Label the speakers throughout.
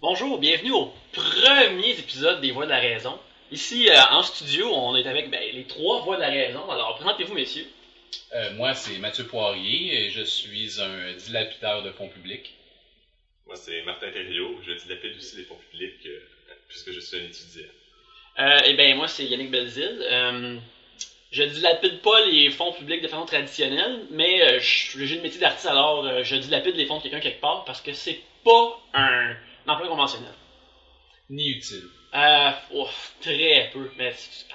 Speaker 1: Bonjour, bienvenue au premier épisode des Voix de la Raison. Ici, euh, en studio, on est avec ben, les trois Voix de la Raison. Alors, présentez-vous, messieurs.
Speaker 2: Euh, moi, c'est Mathieu Poirier et je suis un dilapideur de fonds publics.
Speaker 3: Moi, c'est Martin Thériault. Je dilapide aussi les fonds publics euh, puisque je suis un étudiant.
Speaker 1: Euh, eh bien, moi, c'est Yannick Belzile. Euh, je dilapide pas les fonds publics de façon traditionnelle, mais euh, je- j'ai le métier d'artiste, alors euh, je dilapide les fonds de quelqu'un quelque part parce que c'est pas un emploi conventionnel.
Speaker 2: Ni utile.
Speaker 1: Euh, ouf, très peu, mais c'est- c'est pas-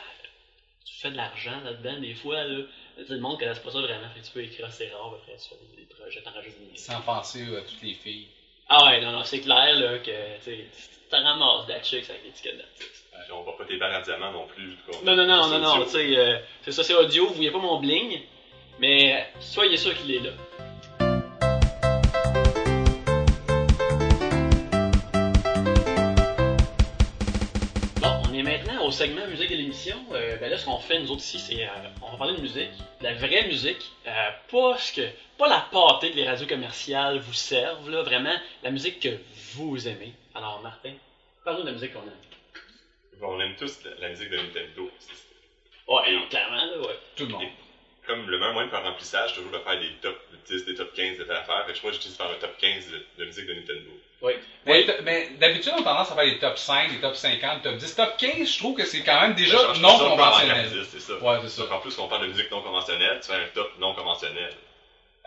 Speaker 1: tu fais de l'argent là-dedans des fois, là. Tout le monde connaît pas ça vraiment, fait que tu peux écrire, c'est rare, après tu fais des, des projets, t'enregistres des
Speaker 2: Sans penser euh, à toutes les filles.
Speaker 1: Ah ouais, non, non, c'est clair, là, que, tu sais, tu te ramasses de la chick avec des tickets de
Speaker 3: Puis on va pas t'ébarrer à diamant non plus. vu qu'on-
Speaker 1: Non, non, non,
Speaker 3: c'est
Speaker 1: non, non,
Speaker 3: audio.
Speaker 1: tu sais, euh, c'est ça, c'est audio, vous voyez pas mon bling, mais soyez sûr qu'il est là. Bon, on est maintenant au segment musique de l'émission. Euh, ben là, ce qu'on fait, nous autres ici, c'est, euh, on va parler de musique, de la vraie musique, euh, pas ce que, pas la pâtée que les radios commerciales vous servent, là, vraiment, la musique que vous aimez. Alors, Martin, parle-nous de la musique qu'on aime.
Speaker 3: Bon, on aime tous la, la musique de Nintendo. C'est-
Speaker 1: Ouais, non, clairement, là, ouais.
Speaker 2: Tout le monde.
Speaker 3: Comme le meilleur moyen de faire remplissage, toujours de faire des top 10, des top 15 de telle affaire. Fait que moi, j'utilise faire un top 15 de, de musique de Nintendo.
Speaker 2: Mais, t- mais d'habitude, on a tendance à faire les top 5, les top 50, top 10, top 15. Je trouve que c'est quand même déjà
Speaker 3: Ben, je- je-
Speaker 2: non
Speaker 3: je- je- je- je- je- je- je- je- je-
Speaker 2: conventionnel.
Speaker 3: je- C'est ça.
Speaker 2: Ouais, c'est ça.
Speaker 3: Donc, en plus, on parle de musique non conventionnelle, tu fais un top non conventionnel.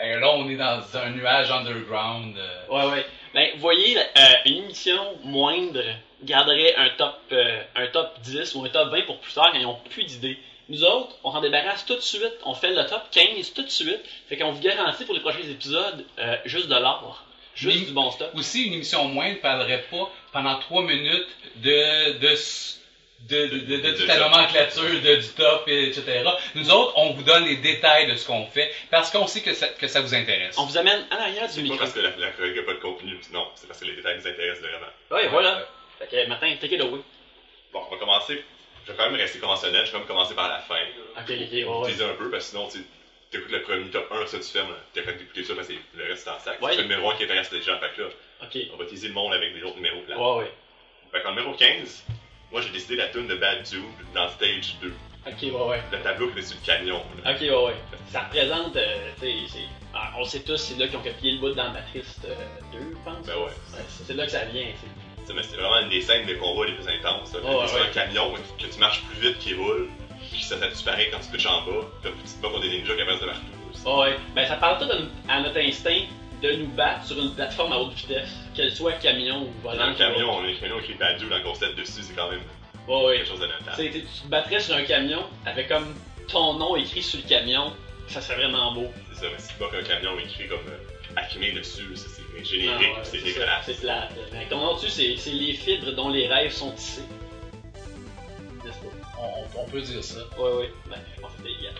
Speaker 2: Et là, on est dans un nuage underground. euh,
Speaker 1: Ouais, ouais. Ben, vous voyez, la- euh, une émission moindre garderait un top, euh, un top 10 ou un top 20 pour plus tard quand ils n'ont plus d'idées. Nous autres, on s'en débarrasse tout de suite, on fait le top 15 tout de suite, fait qu'on vous garantit pour les prochains épisodes euh, juste de l'art, juste
Speaker 2: Mais-
Speaker 1: du bon stock.
Speaker 2: Aussi, une émission moindre ne parlerait pas pendant 3 minutes de, de, s- de, de, de- de
Speaker 3: De
Speaker 2: toute la
Speaker 3: top.
Speaker 2: nomenclature, de, du top, et etc. Nous autres, on vous donne les détails de ce qu'on fait parce qu'on sait que ça, que ça vous intéresse.
Speaker 1: On vous amène à l'arrière du
Speaker 3: C'est pas
Speaker 1: micro.
Speaker 3: parce que la, la chronique a pas de contenu, non, c'est parce que les détails nous intéressent vraiment.
Speaker 1: Ouais, voilà. Fait que, Martin, take it away.
Speaker 3: Bon, on va commencer. Je vais quand même rester conventionnel, je vais même commencer par la fin. là.
Speaker 1: Ok, ok, ouais,
Speaker 3: Faut
Speaker 1: Ah ouais.
Speaker 3: teaser un peu, parce que sinon, tu sais, t'écoutes le premier top 1, ça tu fermes, t'as quand d'écouter ça, parce que le reste c'est en sac.
Speaker 1: Ouais.
Speaker 3: C'est le numéro 1 qui intéresse les gens, fait que là,
Speaker 1: Ok. Ouais,
Speaker 3: on va teaser le monde avec les autres numéros. Là.
Speaker 1: ouais.
Speaker 3: Fait qu'en numéro 15, moi j'ai décidé la tune de Bad Dude dans Stage 2,
Speaker 1: Ok, ouais, ouais.
Speaker 3: le tableau qui est sur le camion. là.
Speaker 1: Ok, ouais, ouais. Ça représente, euh, tu sais, c'est- ah, on sait tous, c'est là qu'ils ont copié le bout dans Matrice euh, 2, je pense.
Speaker 3: Ben ouais.
Speaker 1: C'est- C'est là que ça vient, c'est.
Speaker 3: Tu sais, mais c'est vraiment une des scènes de combat les plus intenses. là.
Speaker 1: Ouais, Ah ouais,
Speaker 3: T'es sur
Speaker 1: ouais.
Speaker 3: un camion, que tu marches plus vite qu'il roule, puis ça, ça disparaît quand tu pitches en bas, t'as une petite bombe des ninjas qui avancent de partout. aussi.
Speaker 1: Ouais, ouais. Ben, ça parle tout à, nous- à notre instinct de nous battre sur une plateforme à haute vitesse, qu'elle soit camion ou volant.
Speaker 3: Dans le camion, on a un camion écrit Bad Dude en concept dessus, c'est quand même
Speaker 1: Ouais, ouais.
Speaker 3: quelque chose de notable.
Speaker 1: Tu sais, tu te battrais sur un camion avec comme ton nom écrit sur le camion, ça serait vraiment beau.
Speaker 3: C'est ça, mais c'est pas qu'un camion écrit comme euh, Acme dessus, ça, c'est
Speaker 1: Non,
Speaker 3: générique,
Speaker 1: Ah ouais,
Speaker 3: c'est
Speaker 1: ça,
Speaker 3: dégueulasse.
Speaker 1: C'est plate. Mais avec ton nom dessus, c'est c'est les fibres dont les rêves sont tissés. N'est-ce pas?
Speaker 2: On- on peut dire ça.
Speaker 1: Ouais, ouais. Ben, je pense que c'est égal.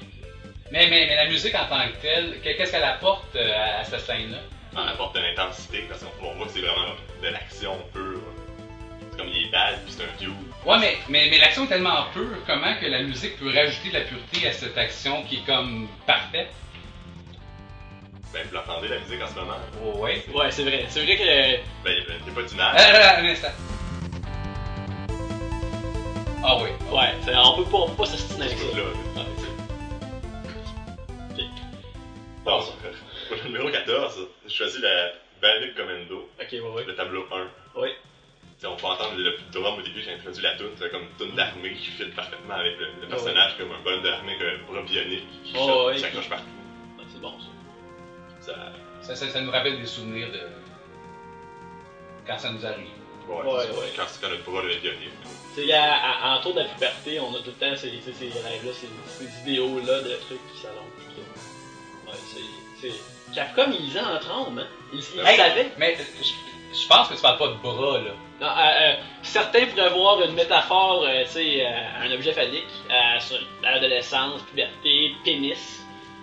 Speaker 2: Mais, mais, mais la musique en tant que telle, que- qu'est-ce qu'elle apporte euh, à, à cette scène-là?
Speaker 3: On apporte de l'intensité parce qu'on on voit que c'est vraiment de l'action pure. C'est comme il est bad puis c'est un vieux.
Speaker 2: Ouais, mais, mais, mais l'action est tellement pure, comment que la musique peut rajouter de la pureté à cette action qui est comme parfaite?
Speaker 3: Ben, vous l'entendez la musique en ce moment?
Speaker 2: Oh, ouais.
Speaker 1: Ouais, c'est vrai. C'est vrai que. euh,
Speaker 3: Ben, il n'y a pas
Speaker 2: Ah,
Speaker 3: d'image.
Speaker 2: là, là, un instant. Ah oui.
Speaker 1: Ouais, c'est- on peut pas, on peut pas s'astiner
Speaker 3: C'est
Speaker 1: avec ça.
Speaker 3: tout là.
Speaker 1: Ah, c'est- Ok.
Speaker 3: Bon, pour le numéro 14, j'ai choisi la Bionic Commando,
Speaker 1: Ok, ouais, ouais.
Speaker 3: le tableau 1.
Speaker 1: Ouais.
Speaker 3: T'sais, on peut entendre le drum au début qui introduit la tune, c'est comme une
Speaker 1: Mm.
Speaker 3: tune d'armée qui fit parfaitement avec le, le personnage, comme un bonhomme d'armée, comme un bras bionique qui,
Speaker 1: Oh,
Speaker 3: saute,
Speaker 1: Ah ouais.
Speaker 3: qui s'accroche partout.
Speaker 1: Ah, c'est bon ça.
Speaker 3: Ça,
Speaker 2: Ça, ça, ça nous rappelle des souvenirs de. quand ça nous arrive.
Speaker 3: Ouais,
Speaker 1: Ouais,
Speaker 3: c'est-
Speaker 1: ouais.
Speaker 3: Quand, quand notre bras le pionnier.
Speaker 1: Tu sais, à- à- en tour de la puberté, on a tout le temps ces, ces, ces rêves-là, ces, ces idéaux-là de trucs qui s'allongent. pis que- Ouais, c'est. c'est- Capcom, ils en tremblent, hein. Ils, ils
Speaker 3: Hey!
Speaker 1: savaient.
Speaker 2: Mais euh, je je pense que tu parles pas de bras, là.
Speaker 1: Non, euh, euh, certains pourraient voir une métaphore, euh, tu sais, euh, un objet phallique euh, sur- à l'adolescence, puberté, pénis.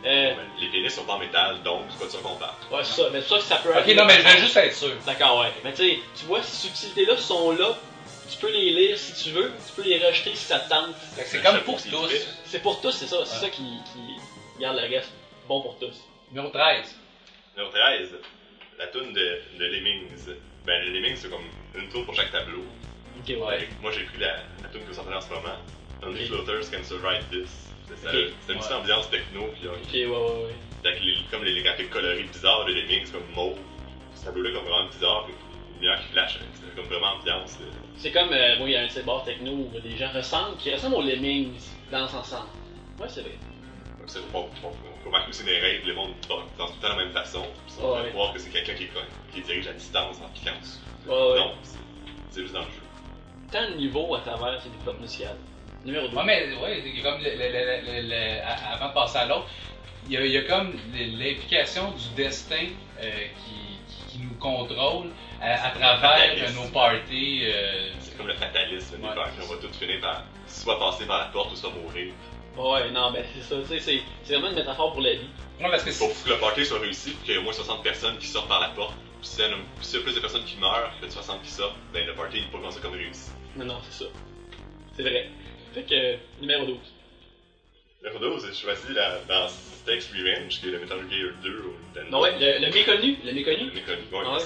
Speaker 1: Euh,
Speaker 3: Les pénis sont pas en métal, donc c'est pas de ça qu'on parle.
Speaker 1: ouais, c'est ça. Mais ça, ça peut
Speaker 2: Ok, non, mais je vais juste être sûr.
Speaker 1: D'accord, ouais. Mais tu sais, tu vois, ces subtilités-là sont là. Tu peux les lire si tu veux, tu peux les rejeter si ça te tente.
Speaker 2: Fait que C'est
Speaker 3: Un
Speaker 2: comme
Speaker 3: chapeau
Speaker 2: pour
Speaker 3: qui
Speaker 2: tous.
Speaker 3: fait.
Speaker 1: C'est pour tous, c'est ça. C'est ça qui, qui garde le reste bon pour tous.
Speaker 2: Numéro 13.
Speaker 3: Numéro 13, la toune de, de Lemmings. Ben, les Lemmings, c'est comme une toune pour chaque tableau.
Speaker 1: Ok, ouais.
Speaker 3: Fait que Moi, j'ai pris la, la toune que vous entendez en ce moment. Only
Speaker 1: Ok.
Speaker 3: floaters can survive this. C'est ça,
Speaker 1: Ok.
Speaker 3: le- c'est une petite
Speaker 2: Ouais.
Speaker 3: ambiance techno, puis euh,
Speaker 1: Ok, ouais, ouais, ouais.
Speaker 3: avec les- comme les, les graphiques colorés bizarres de Lemmings, comme mauve. Ce tableau-là, comme vraiment bizarre, puis une lumière qui flash, hein. c'est comme vraiment ambiance. euh,
Speaker 1: C'est comme, euh, moi, il y a un de ces bars techno où les gens ressemblent, qui ressemblent aux Lemmings dans son sens. Ouais, c'est vrai.
Speaker 3: Comme ça, on, on, on remarque aussi des règles, le monde pense tout le temps de la même façon. Puis ça, on
Speaker 1: Ah, Ouais.
Speaker 3: peut voir que c'est quelqu'un qui, est con- qui dirige à distance en piquant dessus.
Speaker 1: Ah, Ouais, ouais.
Speaker 3: Non, c'est- c'est juste dans le jeu.
Speaker 1: Tant de niveaux à travers ces développements musicales. Numéro 2.
Speaker 2: Ouais, mais ouais, c'est comme le- le- le- le- le- a- avant de passer à l'autre, il y, a- il y a comme l- l'implication du destin euh, qui, qui- qui nous contrôle euh, à, à travers
Speaker 3: Fataliste.
Speaker 2: nos parties. euh,
Speaker 3: C'est comme le fatalisme des
Speaker 2: Ouais.
Speaker 3: peurs, on va tout finir par soit passer par la porte ou soit mourir.
Speaker 1: Ouais, non, ben c'est ça, tu sais, c'est- c'est vraiment une métaphore pour la vie.
Speaker 2: ouais, parce que
Speaker 3: Pour
Speaker 2: c'est-
Speaker 3: que le party soit réussi, puis qu'il y ait au moins 60 personnes qui sortent par la porte. Puis s'il y en a- puis s'il y a plus de personnes qui meurent que de 60 qui sortent, ben le party n'est pas considéré comme réussi.
Speaker 1: Non, non, c'est ça. C'est vrai. Fait que, euh, numéro 12.
Speaker 3: Numéro 12, je suis choisi la- dans Steaks Revenge, qui est le Metal Gear 2 au Nintendo.
Speaker 1: Non, ouais, le, le méconnu, le
Speaker 3: Le
Speaker 1: méconnu.
Speaker 3: méconnu, ouais,
Speaker 1: Ah ouais.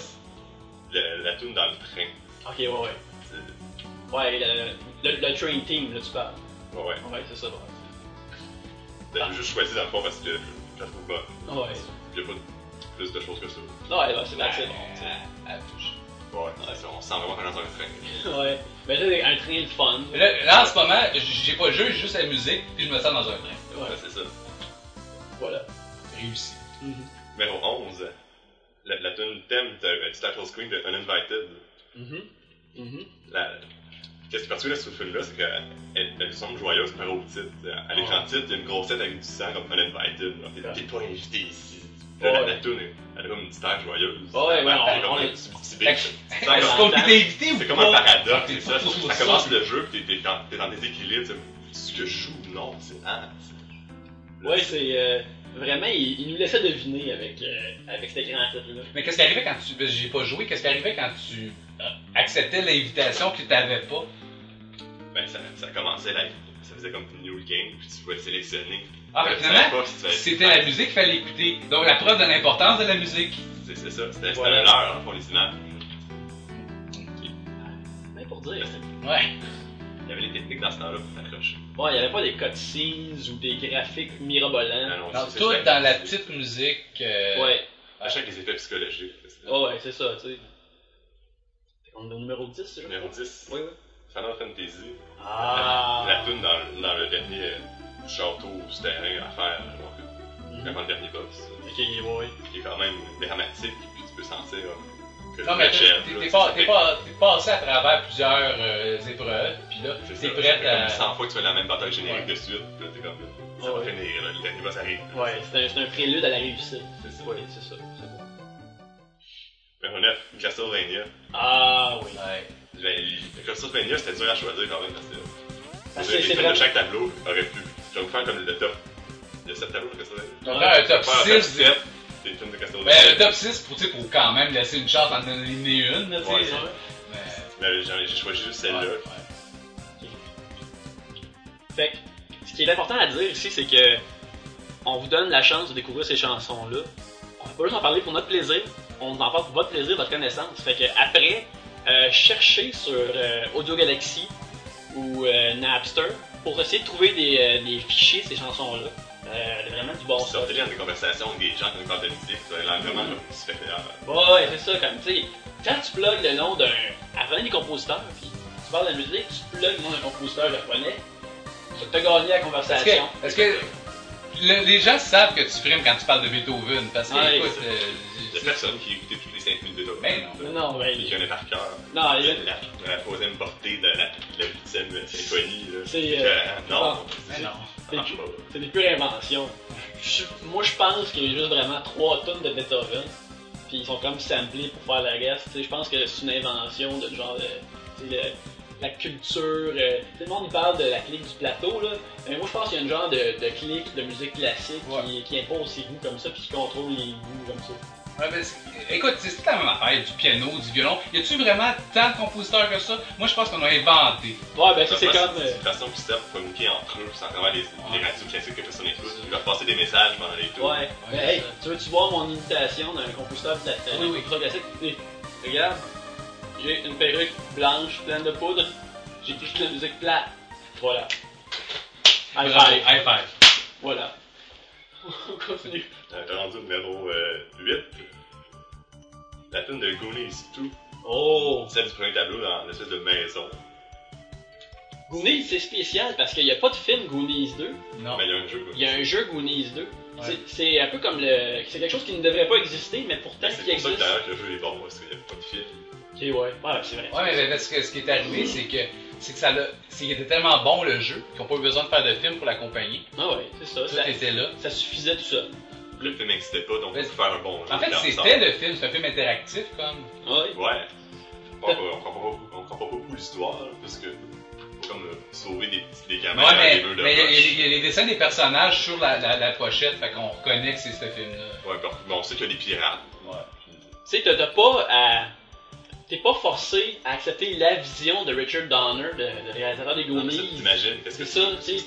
Speaker 3: le- la toune dans le train.
Speaker 1: Ok, ouais, ouais.
Speaker 3: C'est-
Speaker 1: Ouais, le, le, le train team, là, tu parles.
Speaker 3: Ouais, ouais.
Speaker 1: Ouais, c'est ça, ouais.
Speaker 3: J'ai juste choisi dans le fond parce que je la trouve bonne.
Speaker 1: Ouais.
Speaker 3: Il n'y a pas plus de choses que ça.
Speaker 1: Non, ouais, ouais, c'est
Speaker 2: euh,
Speaker 1: vrai, c'est bon. tu
Speaker 2: à- à-
Speaker 3: Ouais, c'est ça, on sent vraiment qu'on est dans un train.
Speaker 1: sais. Ouais. Mais là, c'est un train de fun.
Speaker 2: là, là, en ce moment, j- j'ai pas le jeu, j'ai juste la musique, puis je me sens dans un train.
Speaker 1: Ouais,
Speaker 3: Ouais, c'est ça.
Speaker 1: voilà.
Speaker 2: Réussi.
Speaker 1: Mhm.
Speaker 3: Numéro 11, la, la tune thème de, euh, du title screen de Uninvited.
Speaker 1: Mhm. Mhm.
Speaker 3: La- Qu'est-ce qui est particulier sur ce film-là, c'est qu'elle elle semble joyeuse par au titre. Euh, À l'écran
Speaker 2: Ouais.
Speaker 3: titre, il y a une grossette avec du sang comme Uninvited. genre, T'es
Speaker 1: Ouais.
Speaker 3: t'es pas invité ici. Puis là,
Speaker 1: Ouais.
Speaker 3: La, la tune, elle a comme une petite air joyeuse.
Speaker 1: Ouais, ouais,
Speaker 3: Elle
Speaker 1: on-
Speaker 3: fait comme
Speaker 1: on
Speaker 3: un
Speaker 1: est-
Speaker 3: petit- petit
Speaker 2: Fait
Speaker 3: big.
Speaker 2: que-
Speaker 3: C'est ça,
Speaker 2: Est-ce
Speaker 3: comme-
Speaker 2: qu'on peut inviter ou
Speaker 3: C'est comme un
Speaker 2: pas?
Speaker 3: paradoxe, c'est ça.
Speaker 2: Faut trouver
Speaker 3: Ça
Speaker 2: ça.
Speaker 3: commence le jeu, pis t'es t'es dans, t'es dans des équilibres, c'est ce que je joue, non, c'est ah, c'est-
Speaker 1: Ouais, c'est. euh, vraiment, il, il nous laissait deviner avec, euh, avec cet écran là
Speaker 2: Mais qu'est-ce qui arrivait quand tu. parce que J'ai pas joué, qu'est-ce qui arrivait quand tu euh, acceptais l'invitation que t'avais pas?
Speaker 3: Ben, ça, ça commençait là, ça faisait comme une new game, puis tu pouvais sélectionner.
Speaker 2: Ah,
Speaker 3: Euh,
Speaker 2: mais
Speaker 3: tu
Speaker 2: finalement,
Speaker 3: savais pas si tu allais-
Speaker 2: C'était la musique qu'il fallait écouter. Donc la preuve de l'importance de la musique.
Speaker 3: C'est c'est ça, c'était c'était
Speaker 1: Voilà.
Speaker 3: le leur, pour les images.
Speaker 1: Mais pour dire.
Speaker 2: Ouais.
Speaker 3: Il y avait les techniques dans ce temps-là pour t'accrocher.
Speaker 2: Hein?
Speaker 1: Bon, il n'y avait pas des cutscenes ou des graphiques mirobolants.
Speaker 3: Ah Non, non,
Speaker 2: Dans
Speaker 3: c'est-
Speaker 2: tout
Speaker 3: c'est-
Speaker 2: dans la petite musique. euh,
Speaker 1: Ouais,
Speaker 3: À chaque des effets psychologiques. c'est-
Speaker 2: Oh.
Speaker 1: ouais, ouais, c'est ça, tu sais. On est au numéro 10, c'est
Speaker 3: Numéro 10,
Speaker 1: Oui, oui.
Speaker 3: Final Fantasy.
Speaker 1: Ah!
Speaker 3: La toune dans, le- dans le dernier euh, château souterrain à faire, genre,
Speaker 1: Mhm.
Speaker 3: avant le dernier boss.
Speaker 1: Ok, ouais.
Speaker 3: qui est quand même dramatique, puis tu peux sentir euh, que
Speaker 2: Non,
Speaker 3: le
Speaker 2: mais t'es-
Speaker 3: chef,
Speaker 2: t'es
Speaker 3: là,
Speaker 2: t'es
Speaker 3: tu
Speaker 2: pas-
Speaker 3: sais,
Speaker 2: t'es pas- t'es passé à travers plusieurs euh, épreuves, puis là,
Speaker 3: c'est
Speaker 2: t'es
Speaker 3: ça,
Speaker 2: prête
Speaker 3: c'est comme
Speaker 2: à.
Speaker 3: 100 fois que tu fais la même bataille générique
Speaker 2: Ouais.
Speaker 3: de suite, puis là, t'es comme, ça
Speaker 1: Ouais,
Speaker 3: va
Speaker 1: ouais.
Speaker 3: finir, là, le dernier boss arrive.
Speaker 1: Ouais, c'est un, c'est un prélude à la réussite.
Speaker 3: C'est ça.
Speaker 1: Ouais, c'est ça. c'est bon.
Speaker 3: Numéro 9, Castlevania.
Speaker 1: Ah oui.
Speaker 2: Ouais.
Speaker 3: Ben, le Castlevania, c'était dur à choisir quand même, parce que
Speaker 1: Parce
Speaker 3: les
Speaker 1: que Ah, c'est
Speaker 3: films
Speaker 1: vrai.
Speaker 3: de chaque tableau aurait pu. Donc, faire comme le top de 7 tableaux de Castlevania.
Speaker 2: Donc là, un top
Speaker 3: Faire un
Speaker 2: 6.
Speaker 3: top 7 des films de Castlevania.
Speaker 2: Ben, le top 6 pour, tu sais, pour quand même laisser une chance d'en donner une, là, tu
Speaker 3: Ouais,
Speaker 2: sais.
Speaker 3: ouais.
Speaker 2: Mais-
Speaker 3: Mais j'en ai- j'ai choisi juste celle-là.
Speaker 2: ouais.
Speaker 1: Fait que, ce qui est important à dire ici, c'est que on vous donne la chance de découvrir ces chansons-là. On va pas juste en parler pour notre plaisir, on en parle pour votre plaisir, votre connaissance. Fait que après, euh, cherchez sur euh, Audio Galaxy ou euh, Napster pour essayer de trouver des, euh, des fichiers de ces chansons-là. Euh, vraiment du bon
Speaker 3: On
Speaker 1: stuff.
Speaker 3: sortait dans des conversations avec des gens qui ont une carte de musique, ça a l'air vraiment comme se fait euh,
Speaker 1: Ouais, ouais, c'est ça, comme, tu sais, quand tu plugues le nom d'un. Apprenez des compositeurs, puis tu parles de la musique, tu plugues le nom d'un compositeur japonais, ça te gagne la
Speaker 2: Est-ce
Speaker 1: conversation.
Speaker 2: que, est-ce que le- les gens savent que tu frimes quand tu parles de Beethoven? Parce que,
Speaker 1: Ouais,
Speaker 2: écoute, euh,
Speaker 3: Il y a
Speaker 2: c'est-
Speaker 3: personne qui écoutait toutes les 5 minutes de
Speaker 2: Ben
Speaker 1: Non, non, ben,
Speaker 3: Il connaît par cœur.
Speaker 1: non, il-
Speaker 3: La, la troisième portée de la, de la huitième euh, symphonie. Là.
Speaker 1: C'est,
Speaker 3: Que,
Speaker 1: euh,
Speaker 3: non,
Speaker 2: ben non.
Speaker 1: c'est-
Speaker 3: ça marche pas.
Speaker 1: c'est des pures inventions. Je- moi, je pense qu'il y a juste vraiment trois tonnes de Beethoven, puis ils sont comme samplés pour faire la reste. euh, Tu sais, je pense que c'est une invention de genre. de- tu sais, le- la culture. euh, tout le monde parle de la clique du plateau, là. Mais moi, je pense qu'il y a une genre de, de clique de musique classique qui, qui impose ses goûts comme ça, puis qui contrôle les goûts comme ça.
Speaker 2: Ouais, ben, c'est- écoute, c'est toute la même affaire, du piano, du violon. Y a-tu vraiment tant de compositeurs que ça? Moi, je pense qu'on a inventé.
Speaker 1: Ouais, ben,
Speaker 3: Ça,
Speaker 1: ça, c'est
Speaker 3: je pense que
Speaker 1: comme.
Speaker 3: C'est
Speaker 1: euh,
Speaker 3: une façon que Steph communiquer entre eux, sans travers les,
Speaker 2: Ouais.
Speaker 3: les radios classiques que personne n'écoute. Ils leur passer des messages pendant les tours.
Speaker 1: Ouais. Ben, hey, tu veux-tu voir mon imitation d'un compositeur pla- d'un
Speaker 2: Oui, oui.
Speaker 1: compositeur classique? Hey, regarde, j'ai une perruque blanche pleine de poudre, j'ai pris de la musique plate. Voilà. High
Speaker 2: Bravo,
Speaker 1: five.
Speaker 2: high five.
Speaker 1: Voilà. On continue.
Speaker 3: Euh, T'as rendu au numéro euh, 8. La tune de Goonies 2,
Speaker 1: Oh!
Speaker 3: celle du premier tableau dans l'espèce de maison.
Speaker 1: Goonies, c'est spécial parce qu'il n'y a pas de film Goonies 2,
Speaker 2: Non.
Speaker 3: Mais il y a un jeu.
Speaker 1: Ah. il y a un jeu Goonies 2.
Speaker 2: Ouais.
Speaker 1: C'est- C'est un peu comme le. C'est quelque chose qui ne devrait pas exister, mais pourtant
Speaker 3: Mais
Speaker 1: qui
Speaker 3: C'est pour ça que
Speaker 1: existe.
Speaker 3: d'ailleurs que le jeu est bon, parce qu'il n'y a pas de film.
Speaker 1: Ok, ouais. Ouais, c'est vrai.
Speaker 2: Ouais, mais ben, parce que ce qui est arrivé, c'est que c'est que ça l'a- c'est qu'il était tellement bon le jeu qu'ils n'ont pas eu besoin de faire de film pour l'accompagner.
Speaker 1: Ah ouais, c'est ça.
Speaker 2: Tout
Speaker 1: Ça,
Speaker 2: était là.
Speaker 1: ça suffisait tout ça.
Speaker 3: Le film n'existait pas, donc on peut
Speaker 2: Mais-
Speaker 3: faire un bon jeu.
Speaker 2: En fait,
Speaker 3: dans le
Speaker 2: c'était le film, c'est un film interactif comme.
Speaker 1: Ah Ouais.
Speaker 3: Ouais. On ne comprend pas- on comprend pas beaucoup l'histoire, là, parce que faut comme euh, sauver des, petits- des gamins
Speaker 2: Ouais,
Speaker 3: dans
Speaker 2: mais
Speaker 3: des vœux de
Speaker 2: mais il y a- il y, a-
Speaker 3: roche.
Speaker 2: il y a les dessins des personnages sur la, la, la pochette, fait qu'on reconnaît que c'est ce film-là.
Speaker 3: Ouais, puis on- mais on sait qu'il y a des pirates.
Speaker 1: Tu sais, t'as- t'as pas à. T'es pas forcé à accepter la vision de Richard Donner, le le réalisateur des
Speaker 3: Non, mais ça,
Speaker 1: Goonies.
Speaker 3: T'imagines, est-ce que
Speaker 1: C'est ça, tu sais.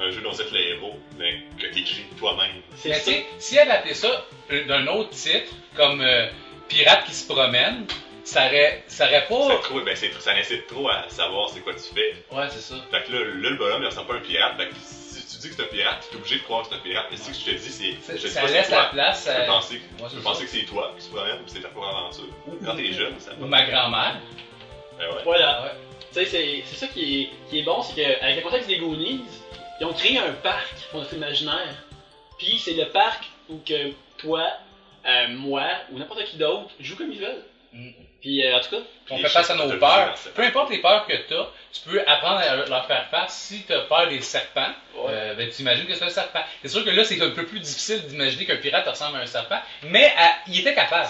Speaker 3: un jeu dont vous êtes le héros, mais que t'écris toi-même?
Speaker 1: C'est
Speaker 2: Mais tu
Speaker 1: ça.
Speaker 2: sais, si elle appelait ça euh, d'un autre titre, comme euh, Pirate qui se promène, ça aurait, ça aurait
Speaker 3: Ça,
Speaker 2: pas.
Speaker 3: trop, ben, c'est- ça incite trop à savoir c'est quoi tu fais.
Speaker 2: Ouais, c'est ça.
Speaker 3: Fait que là, là, le bonhomme, il ressemble pas à un pirate. Fait que si tu dis que c'est un pirate, t'es obligé de croire que c'est un pirate. Mais si que je te dis, c'est.
Speaker 2: Ça,
Speaker 3: je te dis
Speaker 2: ça
Speaker 3: pas
Speaker 2: laisse
Speaker 3: c'est
Speaker 2: la
Speaker 3: toi.
Speaker 2: place
Speaker 3: Tu peux
Speaker 2: à.
Speaker 3: penser, que-
Speaker 2: Ouais,
Speaker 3: tu
Speaker 2: c'est
Speaker 3: peux
Speaker 2: ça.
Speaker 3: penser que c'est toi qui se promène, puis c'est ta première aventure. Quand t'es jeune, ça
Speaker 2: Ou
Speaker 3: va.
Speaker 2: ma grand-mère.
Speaker 3: Ben ouais.
Speaker 1: Voilà.
Speaker 2: Ouais.
Speaker 1: Tu sais, c'est c'est ça qui est, qui est bon, c'est qu'avec le contexte des Goonies, ils ont créé un parc pour notre imaginaire. Puis c'est le parc où que toi, euh, moi, ou n'importe qui d'autre joue comme ils veulent.
Speaker 2: Mm.
Speaker 1: Puis euh, en tout cas,
Speaker 2: On
Speaker 3: Les
Speaker 2: fait face à
Speaker 3: chiffres
Speaker 2: nos
Speaker 3: de
Speaker 2: peurs.
Speaker 3: violence.
Speaker 2: Peu importe les peurs que t'as, tu peux apprendre à leur faire face. Si t'as peur des serpents,
Speaker 1: Ouais.
Speaker 2: euh, ben, tu imagines que c'est un serpent. C'est sûr que là, c'est un peu plus difficile d'imaginer qu'un pirate ressemble à un serpent, mais à- il était capable.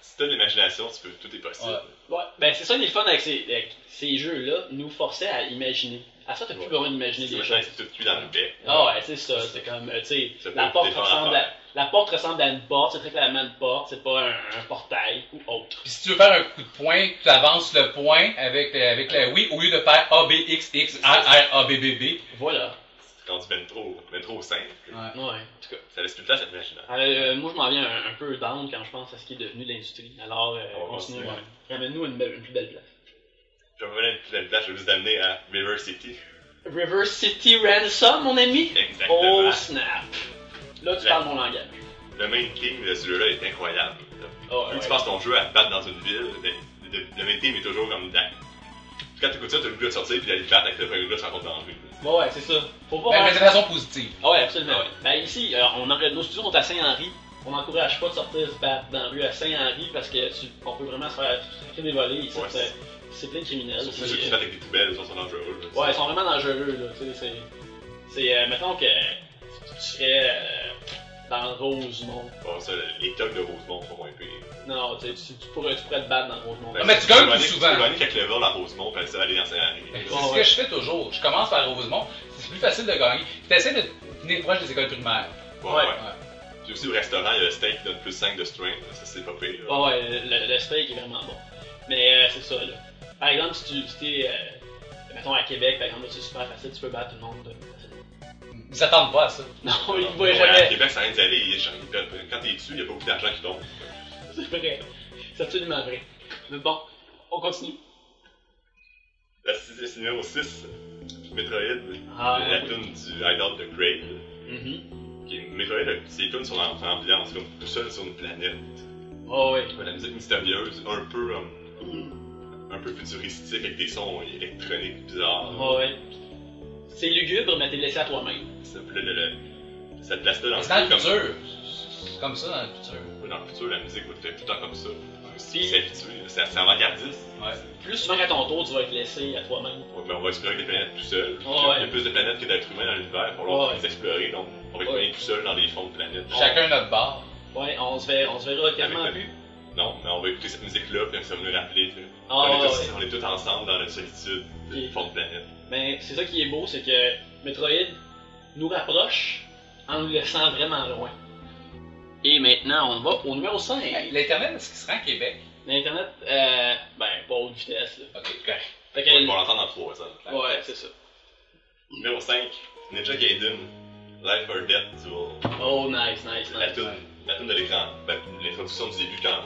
Speaker 3: Si t'as de l'imagination, tu peux, tout est possible.
Speaker 2: Ouais.
Speaker 1: ouais, ben c'est ça qui est le fun avec ces, avec ces jeux-là, nous forçait à imaginer. À ça, t'as plus
Speaker 3: Ouais.
Speaker 1: besoin d'imaginer
Speaker 3: C'est
Speaker 1: des
Speaker 3: maintenant,
Speaker 1: choses.
Speaker 3: c'est tout cuit dans le bec.
Speaker 1: Ah ouais, c'est ça, c'est comme, euh, tu sais,
Speaker 3: Ça peut
Speaker 1: la porte,
Speaker 3: dépendre
Speaker 1: ressemble
Speaker 3: à-
Speaker 1: à, la porte ressemble à une porte, c'est très clairement une porte, c'est pas un, un portail ou autre.
Speaker 2: Puis si tu veux faire un coup de poing, tu avances le point avec, euh, avec la oui au lieu de faire A, B, X, X, R, R, A, B, B, B.
Speaker 1: Voilà.
Speaker 3: C'est rendu ben trop, ben trop simple.
Speaker 2: Ouais.
Speaker 1: Ouais, en tout cas.
Speaker 3: Ça laisse plus de place à l'imaginaire.
Speaker 1: Euh, moi, je m'en viens un, un peu down quand je pense à ce qui est devenu de l'industrie. Alors, euh,
Speaker 3: On va
Speaker 1: continuons.
Speaker 2: continuer.
Speaker 1: Ramène-nous à une, belle- une plus belle place.
Speaker 3: Je vais revenir à une plus belle place, je vais vous amener à River City.
Speaker 1: River City Ransom, mon ami?
Speaker 3: Exactement.
Speaker 1: Oh snap! Là, tu
Speaker 3: Ouais.
Speaker 1: parles mon langage.
Speaker 3: Le main theme de celui-là est incroyable.
Speaker 1: Oh,
Speaker 3: Plus
Speaker 1: ouais.
Speaker 3: tu passes ton jeu à te battre dans une ville, ben, le, le main theme est toujours comme dans. Quand t'écoutes ça, t'as le goût de sortir puis d'aller te battre avec le premier gars que tu rencontres dans la rue.
Speaker 1: Ouais, ouais, c'est ça. Faut pas
Speaker 2: Ben, Mais, mais
Speaker 1: faire-
Speaker 2: de façon positive.
Speaker 1: Ah ouais, absolument.
Speaker 3: Ah ouais.
Speaker 1: Ben ici, euh, on aurait- nos studios sont à Saint-Henri. On n'encourage pas de sortir se battre dans la rue à Saint-Henri parce que tu- on peut vraiment se faire, se faire des volets. Ici,
Speaker 3: Ouais,
Speaker 1: c'est-
Speaker 3: c'est-
Speaker 1: c'est plein de criminels.
Speaker 3: Surtout
Speaker 1: puis,
Speaker 3: ceux qui se
Speaker 1: euh,
Speaker 3: battent avec des poubelles, ils sont dangereux. là.
Speaker 1: ouais, ils sont vraiment dangereux. Là, tu sais, c'est, c'est euh, mettons que tu- tu serais euh, dans Rosemont.
Speaker 3: Bon, ça, les tocs de Rosemont sont moins pires.
Speaker 1: Non, tu, sais, tu, tu pourrais, tu pourrais te battre dans Rosemont.
Speaker 2: mais tu gagnes plus
Speaker 3: éloigner-
Speaker 2: souvent.
Speaker 3: Tu t'éloignes quelques levels à Rosemont, puis ça va aller dans Saint-Henri.
Speaker 2: C'est
Speaker 1: Ouais,
Speaker 2: ce
Speaker 1: ouais.
Speaker 2: que je fais toujours. Je commence par Rosemont, c'est plus facile de gagner. Tu essaies de tenir proche des écoles primaires.
Speaker 3: Ouais,
Speaker 1: Ouais.
Speaker 3: ouais. Puis aussi au restaurant, il y a le steak qui donne plus 5 de strength, ça c'est pas pire.
Speaker 1: Ouais, Ah ouais, le, le steak est vraiment bon. Mais euh, c'est ça, là. Par exemple, si tu si t'es, euh, mettons, à Québec, par exemple, là, c'est super facile, tu peux battre tout le monde. euh,
Speaker 2: Ils s'attendent pas à ça.
Speaker 1: Non, il ne
Speaker 3: Ouais,
Speaker 1: voit jamais.
Speaker 3: À Québec, ça rien d'y aller. il- genre, il donne- Quand t'es dessus, il y a pas beaucoup d'argent qui tombe.
Speaker 1: C'est vrai. C'est absolument vrai. Mais bon, on continue.
Speaker 3: La six- c'est numéro 6, Metroid.
Speaker 1: Ah,
Speaker 3: la
Speaker 1: oui.
Speaker 3: tune du Idol de Craig.
Speaker 1: Mhm.
Speaker 3: Qui est- Metroid, ces tunes sont en en ambiance, comme tout seul sur une planète.
Speaker 1: Oh, oui.
Speaker 3: Ouais, La musique mystérieuse, un peu, euh, un peu futuristique, avec des sons électroniques bizarres.
Speaker 1: Oh, oui. C'est lugubre, mais t'es laissé à toi-même.
Speaker 3: Ça, puis là, le- le- cette place-là, dans
Speaker 2: C'est dans le
Speaker 3: le futur,
Speaker 2: futur. C'est comme ça dans le futur.
Speaker 3: comme- dans le futur, la musique va être tout le temps comme ça.
Speaker 1: Puis-
Speaker 3: Si c'est habitué, là, c'est assez avant-gardiste.
Speaker 2: Ouais.
Speaker 1: Plus souvent qu'à ton tour, tu vas être laissé à toi-même.
Speaker 3: Ouais, mais on va explorer des planètes tout seul.
Speaker 1: Ouais.
Speaker 3: Il y a plus de planètes que d'êtres humains dans l'univers. Pour l'autre, on va
Speaker 1: Ouais.
Speaker 3: les explorer, donc on va
Speaker 1: Ouais.
Speaker 3: explorer tout seul dans des fonds de planètes.
Speaker 2: Chacun notre bar.
Speaker 1: Ouais, on se verra, on se verra quasiment
Speaker 3: Avec
Speaker 1: plus.
Speaker 3: la- Non, mais on va écouter cette musique-là, puis ça va nous rappeler que
Speaker 1: Ah,
Speaker 3: on, est tous,
Speaker 1: ouais.
Speaker 3: on est tous ensemble dans la solitude de
Speaker 1: Puis-
Speaker 3: fond de planète.
Speaker 1: Mais c'est ça qui est beau, c'est que Metroid nous rapproche en nous laissant vraiment loin. Et maintenant, on va au numéro 5.
Speaker 2: L'Internet, est-ce qu'il se rend à Québec?
Speaker 1: L'Internet, euh, ben, pas haute vitesse, là.
Speaker 2: Ok, correct.
Speaker 1: Fait
Speaker 3: On
Speaker 1: que-
Speaker 3: va l'entendre en trois ans.
Speaker 1: ouais, c'est ça.
Speaker 3: Numéro 5, Ninja Gaiden, Life or Death Duel.
Speaker 1: Oh, nice, nice,
Speaker 3: La
Speaker 1: nice.
Speaker 3: toune, la toune de l'écran, ben, l'introduction du début quand,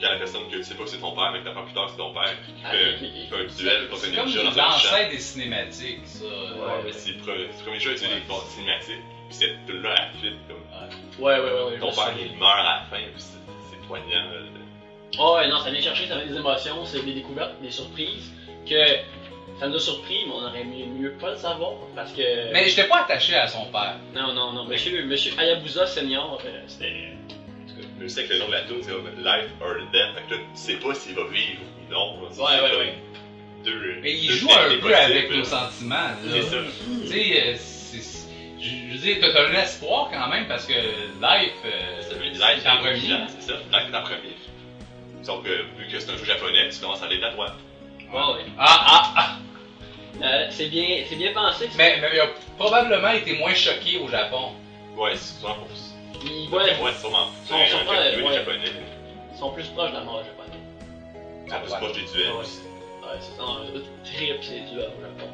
Speaker 3: quand la personne que tu sais pas que c'est ton père, mais que t'apprends plus tard que c'est ton père, qui
Speaker 1: Ah,
Speaker 3: fait,
Speaker 1: ok,
Speaker 3: qui
Speaker 1: ok.
Speaker 3: fait un duel contre un
Speaker 2: C'est comme
Speaker 3: ninja dans un champ.
Speaker 2: l'ancêtre des cinématiques, ça.
Speaker 3: Ouais, mais c'est le premier, c'est le premier jeu à utiliser
Speaker 2: Ouais.
Speaker 3: les bandes cinématiques, puis cette toune-là, elle fit comme.
Speaker 1: Ouais, ouais, ouais, ouais.
Speaker 3: Ton
Speaker 1: je
Speaker 3: père,
Speaker 1: sais.
Speaker 3: il meurt à la fin, puis c'est c'est poignant. euh,
Speaker 1: Ah ouais, non, ça vient chercher, ça vient des émotions, c'est des découvertes, des surprises que ça nous a surpris, mais on aurait mieux, mieux pas le savoir parce que.
Speaker 2: Mais j'étais pas attaché à son père.
Speaker 1: Non, non, non, monsieur, monsieur Hayabusa Senior, euh, c'était.
Speaker 3: Même si avec le nom de la tune, c'est comme Life or Death, fait que là, tu sais pas s'il va vivre ou non. là, c'est
Speaker 1: Ouais, ouais,
Speaker 3: comme
Speaker 1: ouais.
Speaker 3: Deux,
Speaker 2: Mais il
Speaker 3: deux
Speaker 2: joue
Speaker 3: faits
Speaker 2: un peu
Speaker 3: impossibles,
Speaker 2: avec
Speaker 3: là.
Speaker 2: nos sentiments. là.
Speaker 3: C'est ça.
Speaker 2: Tu sais, euh, c'est- c'est- je je veux dire, t'as- t'as un espoir quand même parce que Life, euh,
Speaker 3: Ça veut dire life
Speaker 2: c'est en
Speaker 3: est
Speaker 2: premier.
Speaker 3: évident, C'est ça, life est en premier. Sauf que vu que c'est un jeu japonais, tu commences à aller de la droite.
Speaker 1: Ouais, ouais.
Speaker 2: Ah, ah, ah.
Speaker 1: Euh, c'est bien, c'est bien pensé. c'est-
Speaker 2: Mais, mais il a probablement été moins choqué au Japon.
Speaker 3: Ouais, c'est souvent pour ça.
Speaker 1: Ils ouais,
Speaker 3: Ouais, sûrement.
Speaker 1: Ils
Speaker 3: C'est
Speaker 1: sont- sont
Speaker 3: un jeu
Speaker 1: pas-
Speaker 3: japonais,
Speaker 1: ouais.
Speaker 3: japonais.
Speaker 1: ils sont plus proches de la mort japonaise.
Speaker 3: C'est plus proche des duels.
Speaker 1: Ouais, Ouais, c'est un trip, c'est dur au Japon.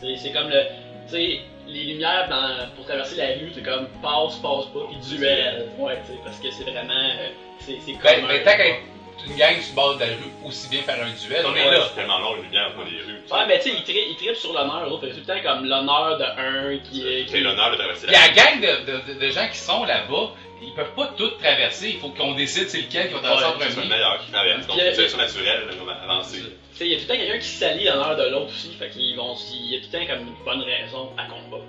Speaker 1: C'est- C'est comme le. Tu sais, les lumières dans- pour traverser la rue, c'est comme passe, passe pas, puis duel. Ouais, tu sais, parce que c'est vraiment. euh, C'est c'est
Speaker 2: Ben,
Speaker 1: commun.
Speaker 2: mais tant qu'être une gang sur le bord de la rue, aussi bien faire un duel, on est là.
Speaker 3: C'est tellement long, les lumières dans les rues.
Speaker 1: Ouais, mais tu sais, ils tri- ils trippent sur l'honneur, l'autre, tout le temps comme l'honneur de un qui est.
Speaker 3: C'est
Speaker 1: qui-
Speaker 3: l'honneur de traverser
Speaker 2: Puis
Speaker 3: la
Speaker 2: la gang de, de- de- de gens qui sont là-bas, ils peuvent pas toutes traverser. Il faut qu'on décide c'est lequel qui va traverser
Speaker 1: Ouais,
Speaker 2: en
Speaker 3: rue. C'est le
Speaker 2: premier.
Speaker 3: meilleur qui traverse. Donc,
Speaker 1: Puis, euh,
Speaker 3: une direction naturelle, comme avancer.
Speaker 1: Tu sais, il y a tout le temps quelqu'un qui s'allie l'honneur de l'autre aussi, fait qu'ils vont. Il y a tout le temps comme une bonne raison à combat.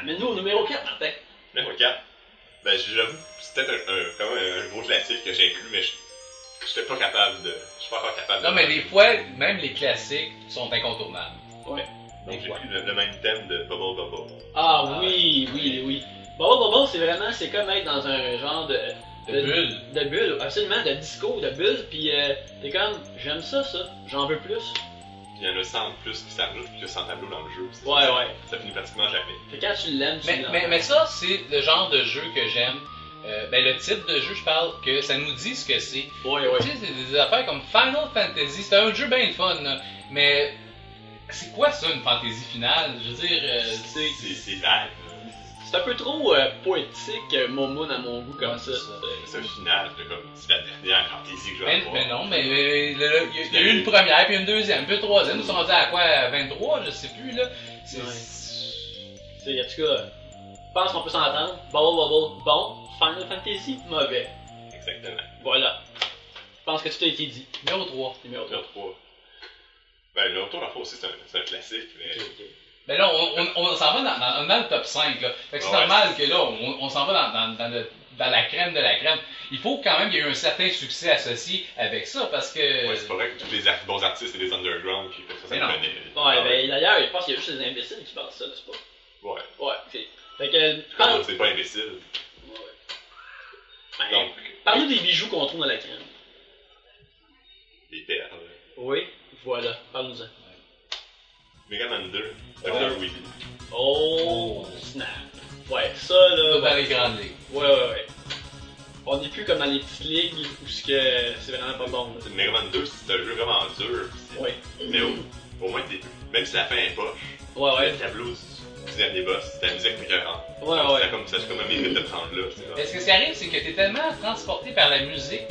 Speaker 1: Amène-nous au numéro 4, Martin.
Speaker 3: Numéro 4. Ben, j'avoue, c'est peut-être un, un, quand même un gros classique que j'ai inclus, mais je- j'étais pas capable de. Je suis pas encore capable de.
Speaker 2: Non, mais des fois, même les classiques sont incontournables.
Speaker 3: Donc, j'ai pris le, le même thème de Bubble Bubble.
Speaker 1: Ah,
Speaker 2: Ah,
Speaker 1: oui, oui, oui. Bon, bon, bon, c'est vraiment. C'est comme être dans un genre de.
Speaker 2: De
Speaker 1: De-
Speaker 2: bulles.
Speaker 1: de bulle, absolument, de disco, de bulle, puis euh, t'es comme, j'aime ça, ça, j'en veux plus.
Speaker 3: Puis il y en a 100 de plus qui s'ajoute, puis il y a 100 tableaux dans le jeu. C'est-
Speaker 1: Ouais, ouais.
Speaker 3: Ça finit pratiquement jamais.
Speaker 1: Fait que quand tu l'aimes, tu
Speaker 2: Mais,
Speaker 1: l'aimes.
Speaker 2: mais, mais ça, c'est le genre de jeu que j'aime. Euh, ben, le type de jeu, je parle, que ça nous dit ce que c'est.
Speaker 1: Ouais, ouais.
Speaker 2: Tu sais, c'est des affaires comme Final Fantasy. C'est un jeu bien le fun, là. Mais c'est quoi ça, une fantasy finale? Je veux dire, euh,
Speaker 3: C'est c'est vague.
Speaker 1: C'est un peu trop euh, poétique, euh, Momoun à mon goût, comme
Speaker 2: Ouais,
Speaker 1: ça.
Speaker 2: c'est ça.
Speaker 3: C'est un final, c'est comme c'est la dernière fantaisie que je vais
Speaker 2: Mais,
Speaker 3: avoir.
Speaker 2: mais non, mais mais- le- le- il y, a eu une première, puis une deuxième, puis une troisième. Nous sommes rendus à quoi? à 23, je sais plus, là. C'est-
Speaker 1: Ouais.
Speaker 2: c'est-
Speaker 1: C'est- en tout cas, je pense qu'on peut s'entendre. Bubble Bubble, bon. Final Fantasy, mauvais.
Speaker 3: Exactement.
Speaker 1: Voilà. Je pense que tout a été dit.
Speaker 2: Numéro 3.
Speaker 1: Numéro 3.
Speaker 3: Numéro 3. Ben, le retour à aussi, c'est un, c'est un classique, mais.
Speaker 2: Mais là, on, on, on s'en va dans, dans- dans le top 5, là. Fait que c'est
Speaker 3: Ouais.
Speaker 2: normal que là, on, on s'en va dans, dans, dans, le- dans la crème de la crème. Il faut quand même qu'il y ait eu un certain succès associé avec ça, parce que...
Speaker 3: Ouais, c'est pas vrai que tous les ar- bons artistes et les underground, puis ça, ça
Speaker 2: Mais non.
Speaker 3: me connaît.
Speaker 1: Ouais, ben d'ailleurs, je pense qu'il y a juste des imbéciles qui pensent ça, n'est-ce pas?
Speaker 3: Ouais.
Speaker 1: Ouais, c'est. Fait que, je
Speaker 3: Comme
Speaker 1: pense.
Speaker 3: ah, C'est pas imbécile.
Speaker 1: Ben,
Speaker 3: Donc,
Speaker 1: Parle-nous des bijoux qu'on trouve dans la crème.
Speaker 3: les perles.
Speaker 1: Oui, voilà. Parle-nous-en.
Speaker 3: Mega Man 2, Dr.
Speaker 1: Ouais.
Speaker 3: Willy.
Speaker 1: Oh, snap. Ouais, ça là. ben,
Speaker 2: dans
Speaker 1: Ouais,
Speaker 2: les grandes ligues.
Speaker 1: ouais, ouais. On n'est plus comme dans les petites ligues où ce que c'est vraiment pas bon. là.
Speaker 3: C'est- Mega Man 2, c'est un jeu vraiment dur, puis c'est-
Speaker 1: Ouais,
Speaker 3: mais au, au moins, t'es- même si la fin est poche,
Speaker 2: Ah
Speaker 1: ouais, ouais.
Speaker 3: le tableau du, du dernier boss, c'est la musique récurrente.
Speaker 1: Ouais,
Speaker 2: Ah
Speaker 3: Ça,
Speaker 1: ouais.
Speaker 3: comme, ça, comme un mérite de prendre là. c'est
Speaker 2: Mais ce que- ce qui arrive, c'est que t'es tellement transporté par la musique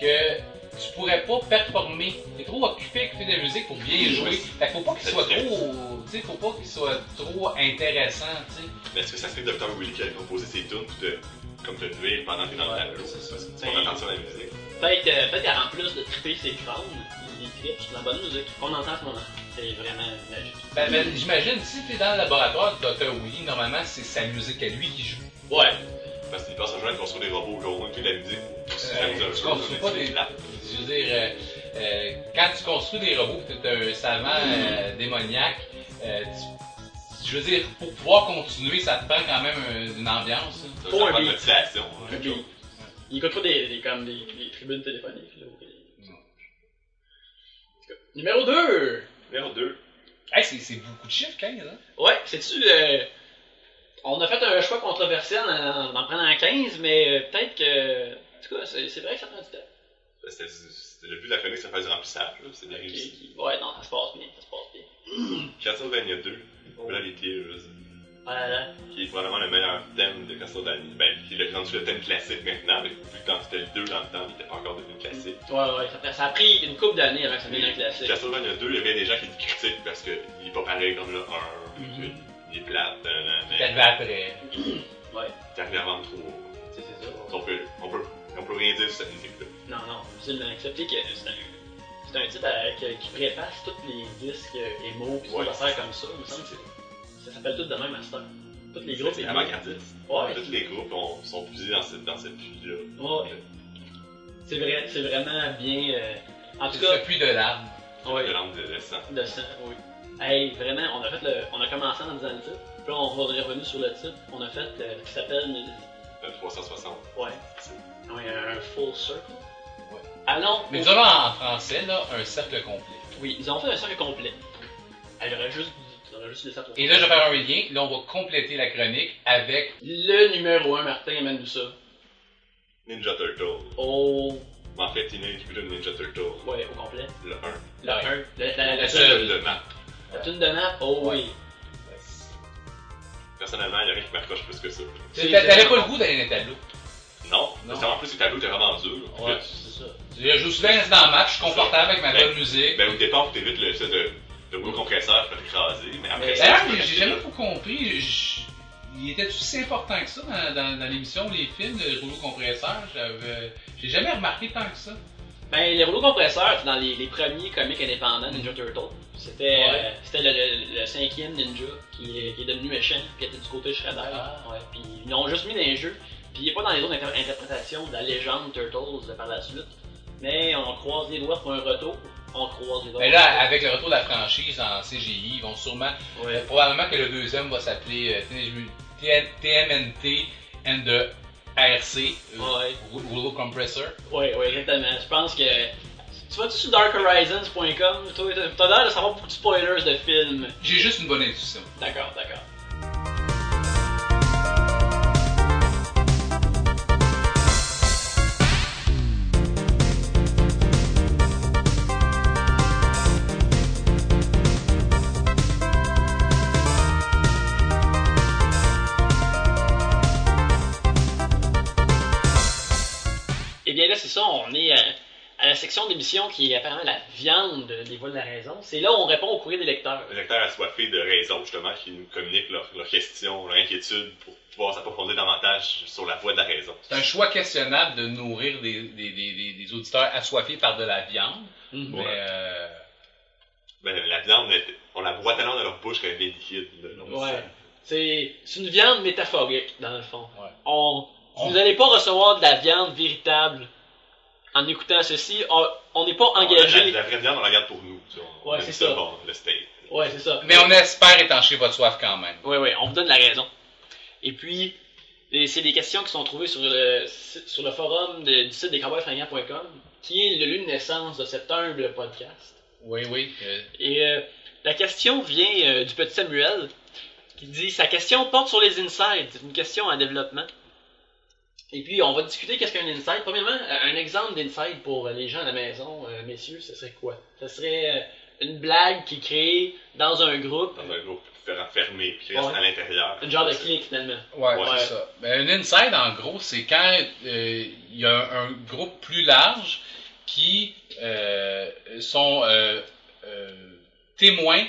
Speaker 2: que tu pourrais pas performer. T'es trop occupé à écouter de la musique pour bien jouer. Fait que faut pas qu'il soit trop... Tu sais, faut pas qu'il soit trop intéressant, tu sais.
Speaker 3: Mais est-ce que ça se fait que Dr. Willy qui a composé ses tunes pour te, comme te nuire pendant que t'es dans
Speaker 2: Ouais,
Speaker 3: le tableau?
Speaker 2: c'est ça.
Speaker 3: Parce que tu prends attention à la musique.
Speaker 1: Peut-être euh, peut-être qu'en plus de triper ses crânes, il tripe sur la bonne musique qu'on entend en ce moment. C'est vraiment magique.
Speaker 2: Ben, ben, j'imagine, si t'es dans le laboratoire de Dr. Willy, normalement, c'est sa musique à lui qui joue.
Speaker 1: Ouais.
Speaker 3: Parce que les personnages qui construisent des robots aujourd'hui, puis la musique.
Speaker 2: Euh, tu construis pas des... Je veux dire, euh, euh, quand tu construis des robots pis t'es un savant euh, démoniaque, euh, tu- je veux dire, pour pouvoir continuer, ça te prend quand même un- euh, une ambiance. là.
Speaker 3: C'est
Speaker 1: Pour
Speaker 3: un
Speaker 1: un
Speaker 3: peu de
Speaker 1: beat.
Speaker 3: motivation. hein.
Speaker 1: Puis, Il écoute pas des, des, comme des, des tribunes téléphoniques. Là, ou des-
Speaker 2: Non.
Speaker 1: En tout cas. Numéro 2!
Speaker 3: Numéro 2.
Speaker 2: Hey, c'est- c'est beaucoup de chiffres, 15, hein?
Speaker 1: Ouais, c'est-tu le. On a fait un choix controversé en, en en prenant un 15, mais euh, peut-être que. En tout cas, c'est c'est vrai que ça prend du temps.
Speaker 3: C'était c'était le but de la chronique, Ben, c'est de faire du remplissage. là. C'est des
Speaker 1: Qui-
Speaker 3: réussites.
Speaker 1: qui- Ouais, non, ça se passe bien, ça se passe bien.
Speaker 3: Castlevania 2,
Speaker 1: Oh.
Speaker 3: Bloody Tears,
Speaker 1: Ah là là.
Speaker 3: qui est probablement le meilleur thème de Castlevania. Ben, qui est rendu le thème classique maintenant, mais vu que dans- c'était le 2 dans le temps, il n'était pas encore devenu classique.
Speaker 1: Ouais, ouais, ça, fait- ça a pris une couple d'années avant que ça devienne un classique.
Speaker 3: Castlevania 2, il y avait des gens qui le critiquent parce qu'il n'est pas pareil comme le 1,
Speaker 1: Mhm.
Speaker 3: il est plate, nan, nan,
Speaker 2: T'es
Speaker 3: nan.
Speaker 2: arrivé après.
Speaker 1: Ouais,
Speaker 3: t'es arrivé à vendre trop.
Speaker 1: c'est c'est ça.
Speaker 3: On peut, on, peut, on peut rien dire sur cette musique-là.
Speaker 1: Non, non, c'est d'accepter que c'est un, c'est un titre euh, que- qui préface tous les disques euh, et mots pis
Speaker 3: Ouais.
Speaker 1: des affaires comme ça. Il me semble que c'est- ça s'appelle tout de même à cette heure. Tous les groupes
Speaker 3: C'est
Speaker 1: et
Speaker 3: avant-gardiste.
Speaker 1: Ouais.
Speaker 3: Tous les groupes ont- sont fusés dans cette, dans cette là
Speaker 1: Ouais. C'est vrai, c'est vraiment bien. euh, En tout
Speaker 2: C'est
Speaker 1: cas,
Speaker 2: ça, plus de larmes.
Speaker 3: de
Speaker 1: ouais,
Speaker 3: langue de récent.
Speaker 1: de sang, oui. Hey, vraiment, on a fait le, on a commencé en disant le titre, puis là, on est revenu sur le titre. On a fait euh, ce qui s'appelle
Speaker 3: de 360.
Speaker 1: Ouais. Ouais, un full circle. Ouais. Allons.
Speaker 2: Mais
Speaker 1: au-
Speaker 2: disons en français, là, un cercle complet.
Speaker 1: Oui, ils ont fait un cercle complet. Elle aurait juste, elle aurait juste laissé à toi.
Speaker 2: Et là, je vais faire un lien. Là, on va compléter la chronique avec
Speaker 1: Le numéro 1, Martin, amène-nous ça.
Speaker 3: Ninja Turtle.
Speaker 1: Au.
Speaker 3: Mais en fait, Teenage Mutant Ninja Turtle.
Speaker 1: Ouais, au complet.
Speaker 3: Le 1.
Speaker 1: Le
Speaker 2: Ouais.
Speaker 1: 1. La, la, la,
Speaker 2: Le
Speaker 1: la,
Speaker 2: seul.
Speaker 3: Le map.
Speaker 1: la tune de map, oh oui.
Speaker 3: Personnellement, il n'y a rien qui m'accroche plus que ça.
Speaker 1: C'est-
Speaker 2: T'a- T'avais pas le goût d'aller dans les tableaux.
Speaker 3: Non.
Speaker 2: Non.
Speaker 3: Parce qu'en plus, le tableau était vraiment dur.
Speaker 2: Ouais.
Speaker 1: C'est ça.
Speaker 2: Je joue souvent dans le match, je suis confortable avec ma
Speaker 3: Ben,
Speaker 2: bonne musique.
Speaker 3: Ben, au départ, t'évites le set de, de rouleau compresseur pour écraser, mais après
Speaker 1: Mais
Speaker 3: ça.
Speaker 2: D'ailleurs,
Speaker 3: tu peux
Speaker 2: j'ai
Speaker 3: rester
Speaker 2: jamais beaucoup compris. je- Il était-tu si important que ça dans, dans- dans l'émission, les films de rouleau compresseur? J'avais- J'ai jamais remarqué tant que ça.
Speaker 1: Ben, les rouleaux compresseurs, c'est dans les, les premiers comics indépendants Ninja Turtle. C'était
Speaker 2: Mm-hmm. Ouais.
Speaker 1: euh, c'était le, le- le cinquième ninja qui est, qui est devenu méchant, puis qui était du côté Shredder.
Speaker 2: Ah.
Speaker 1: Ouais, puis ils l'ont juste mis dans les jeux, puis il n'est pas dans les autres inter- interprétations de la légende Turtles euh, par la suite. Mais on croise les doigts pour un retour, on croise les doigts.
Speaker 2: Mais
Speaker 1: pour un
Speaker 2: là, avec le retour de la franchise en CGI, ils vont sûrement.
Speaker 1: retour. Ouais.
Speaker 2: Euh, Probablement que le deuxième va s'appeler euh, Teenage Mut- T- TMNT and the RC euh,
Speaker 1: Ouais.
Speaker 2: Rou- Rouleau Compressor.
Speaker 1: Ouais, ouais, exactement. Je pense que. Tu vas-tu sur darkhorizons.com? Toi, T'as l'air de savoir beaucoup de spoilers de films.
Speaker 2: J'ai juste une bonne intuition.
Speaker 1: D'accord, d'accord. Eh bien là, c'est ça, on est à, à la section d'émission qui est apparemment la viande des voix de la raison. C'est là où on répond au courrier des lecteurs.
Speaker 3: Les lecteurs assoiffés de raison, justement, qui nous communiquent leurs leurs questions, leurs inquiétudes pour pouvoir s'approfondir davantage sur la voie de la raison.
Speaker 2: C'est un choix questionnable de nourrir des, des- des- des- des auditeurs assoiffés par de la viande.
Speaker 1: Mhm.
Speaker 2: Mais
Speaker 3: Ouais.
Speaker 2: euh,
Speaker 3: Ben, la viande, elle- on la broie tellement dans leur bouche qu'elle devient liquide. là. Donc,
Speaker 1: Ouais. C'est c'est une viande métaphorique, dans le fond.
Speaker 2: Ouais.
Speaker 1: On,
Speaker 2: On-
Speaker 1: Vous n'allez pas recevoir de la viande véritable en écoutant ceci. On- On n'est pas
Speaker 3: on- La,
Speaker 1: engagé.
Speaker 3: la vraie viande, on la garde pour nous. tu vois. On
Speaker 1: Ouais,
Speaker 3: aime
Speaker 1: c'est ça.
Speaker 3: Bon, le steak.
Speaker 1: Ouais, c'est ça.
Speaker 2: mais on espère étancher votre soif quand même.
Speaker 1: Oui, oui, on vous donne la raison. Et puis, et c'est des questions qui sont trouvées sur le, sur le forum de- du site des cowboysfringants.com, qui est le lieu de naissance de cet humble podcast.
Speaker 2: Oui, oui. euh,
Speaker 1: Et euh, la question vient euh, du petit Samuel, qui dit Sa question porte sur les insides. C'est une question en développement. Et puis, on va discuter qu'est-ce qu'un inside. Premièrement, euh, un exemple d'inside pour euh, les gens à la maison, euh, messieurs, ce serait quoi Ce serait euh, une blague qui est créée dans un groupe,
Speaker 3: Dans un groupe fer- fermé, qui reste
Speaker 1: Ouais.
Speaker 3: à l'intérieur.
Speaker 1: un genre de clique finalement.
Speaker 2: Ouais,
Speaker 3: Ouais.
Speaker 2: c'est ça. Ben, un inside, en gros, c'est quand euh, il y a un, un groupe plus large qui euh, sont euh, euh, témoins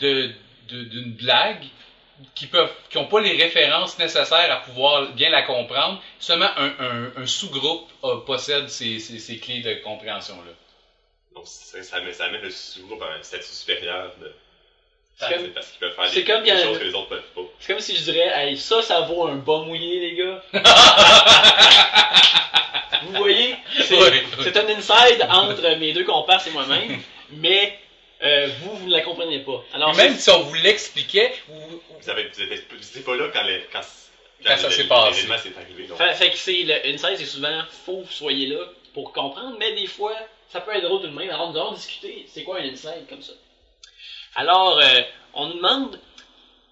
Speaker 2: de- de- d'une blague qui peuvent qui n'ont pas les références nécessaires à pouvoir bien la comprendre. Seulement un, un- un sous-groupe euh, possède ces, ces- ces clés de compréhension-là.
Speaker 3: Donc, ça, ça met, ça met le sous-groupe à un statut supérieur. De...
Speaker 1: C'est comme-
Speaker 3: C'est parce qu'ils peuvent faire
Speaker 1: c'est
Speaker 3: des,
Speaker 1: comme
Speaker 3: des
Speaker 1: il y a-
Speaker 3: choses que les autres peuvent pas.
Speaker 1: C'est comme si je dirais Hey, ça, ça vaut un bas mouillé, les gars. Vous voyez, c'est
Speaker 2: Ouais.
Speaker 1: c'est un inside entre mes deux comparses et moi-même, mais euh, vous, vous ne la comprenez pas. Alors,
Speaker 2: Même si on vous l'expliquait, vous-
Speaker 3: Vous avez, vous êtes- vous étiez pas là quand, les- quand
Speaker 2: Quand ça s'est passé.
Speaker 3: L'événement s'est arrivé. donc.
Speaker 1: Fait, fait que c'est le- une scène, c'est souvent faut que vous soyez là pour comprendre, mais des fois, ça peut être drôle tout de même. Alors, nous allons discuter, c'est quoi un inside comme ça? Alors, euh, on nous demande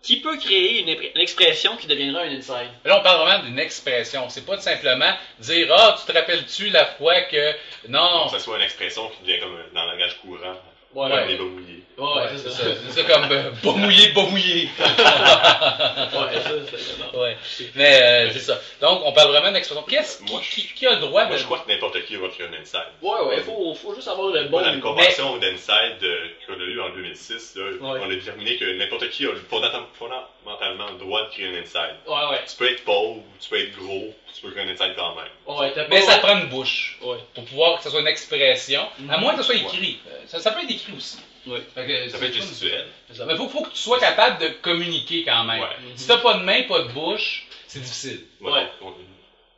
Speaker 1: qui peut créer une, ép- une expression qui deviendra un inside.
Speaker 2: Là, on parle vraiment d'une expression. C'est pas simplement dire Ah, tu te rappelles-tu la fois que. Non.
Speaker 3: Pour que ce soit une expression qui devient comme euh, dans le langage courant.
Speaker 2: Voilà.
Speaker 3: Comme les bas mouillés.
Speaker 2: Ouais, c'est ça. C'est ça comme euh, pas mouillé, pas mouillé.
Speaker 1: Ouais, ça, c'est bon.
Speaker 2: Ouais. Mais euh, c'est ça. Donc, on parle vraiment d'expression. Qu'est-ce qui,
Speaker 3: Moi, je-
Speaker 2: qui, qui a le droit
Speaker 3: Moi,
Speaker 2: de.
Speaker 3: je crois que n'importe qui va créer un inside.
Speaker 1: Ouais, ouais, faut, faut juste avoir le bon.
Speaker 3: Dans la convention d'Inside euh, qu'on a eue en 2006, là, on a déterminé que n'importe qui a le fondata- fondamentalement le droit de créer un inside.
Speaker 1: Ouais, ouais.
Speaker 3: Tu peux être pauvre, tu peux être gros, tu peux créer un inside quand même.
Speaker 1: Ouais, t'as
Speaker 2: Mais
Speaker 1: pas-
Speaker 2: ça prend une bouche
Speaker 1: Ouais.
Speaker 2: pour pouvoir que ça soit une expression, à
Speaker 1: Mhm.
Speaker 2: moins que ça soit écrit. Euh, Ça, ça peut être écrit aussi.
Speaker 1: Ouais.
Speaker 2: Fait que
Speaker 3: Ça
Speaker 2: c'est
Speaker 3: peut être
Speaker 2: pas-
Speaker 3: gestuel.
Speaker 2: Mais faut, faut que tu sois capable de communiquer quand même.
Speaker 3: Ouais.
Speaker 1: Mhm.
Speaker 2: Si t'as pas de main, pas de bouche, c'est difficile.
Speaker 3: Ouais,
Speaker 1: Ouais.
Speaker 3: On,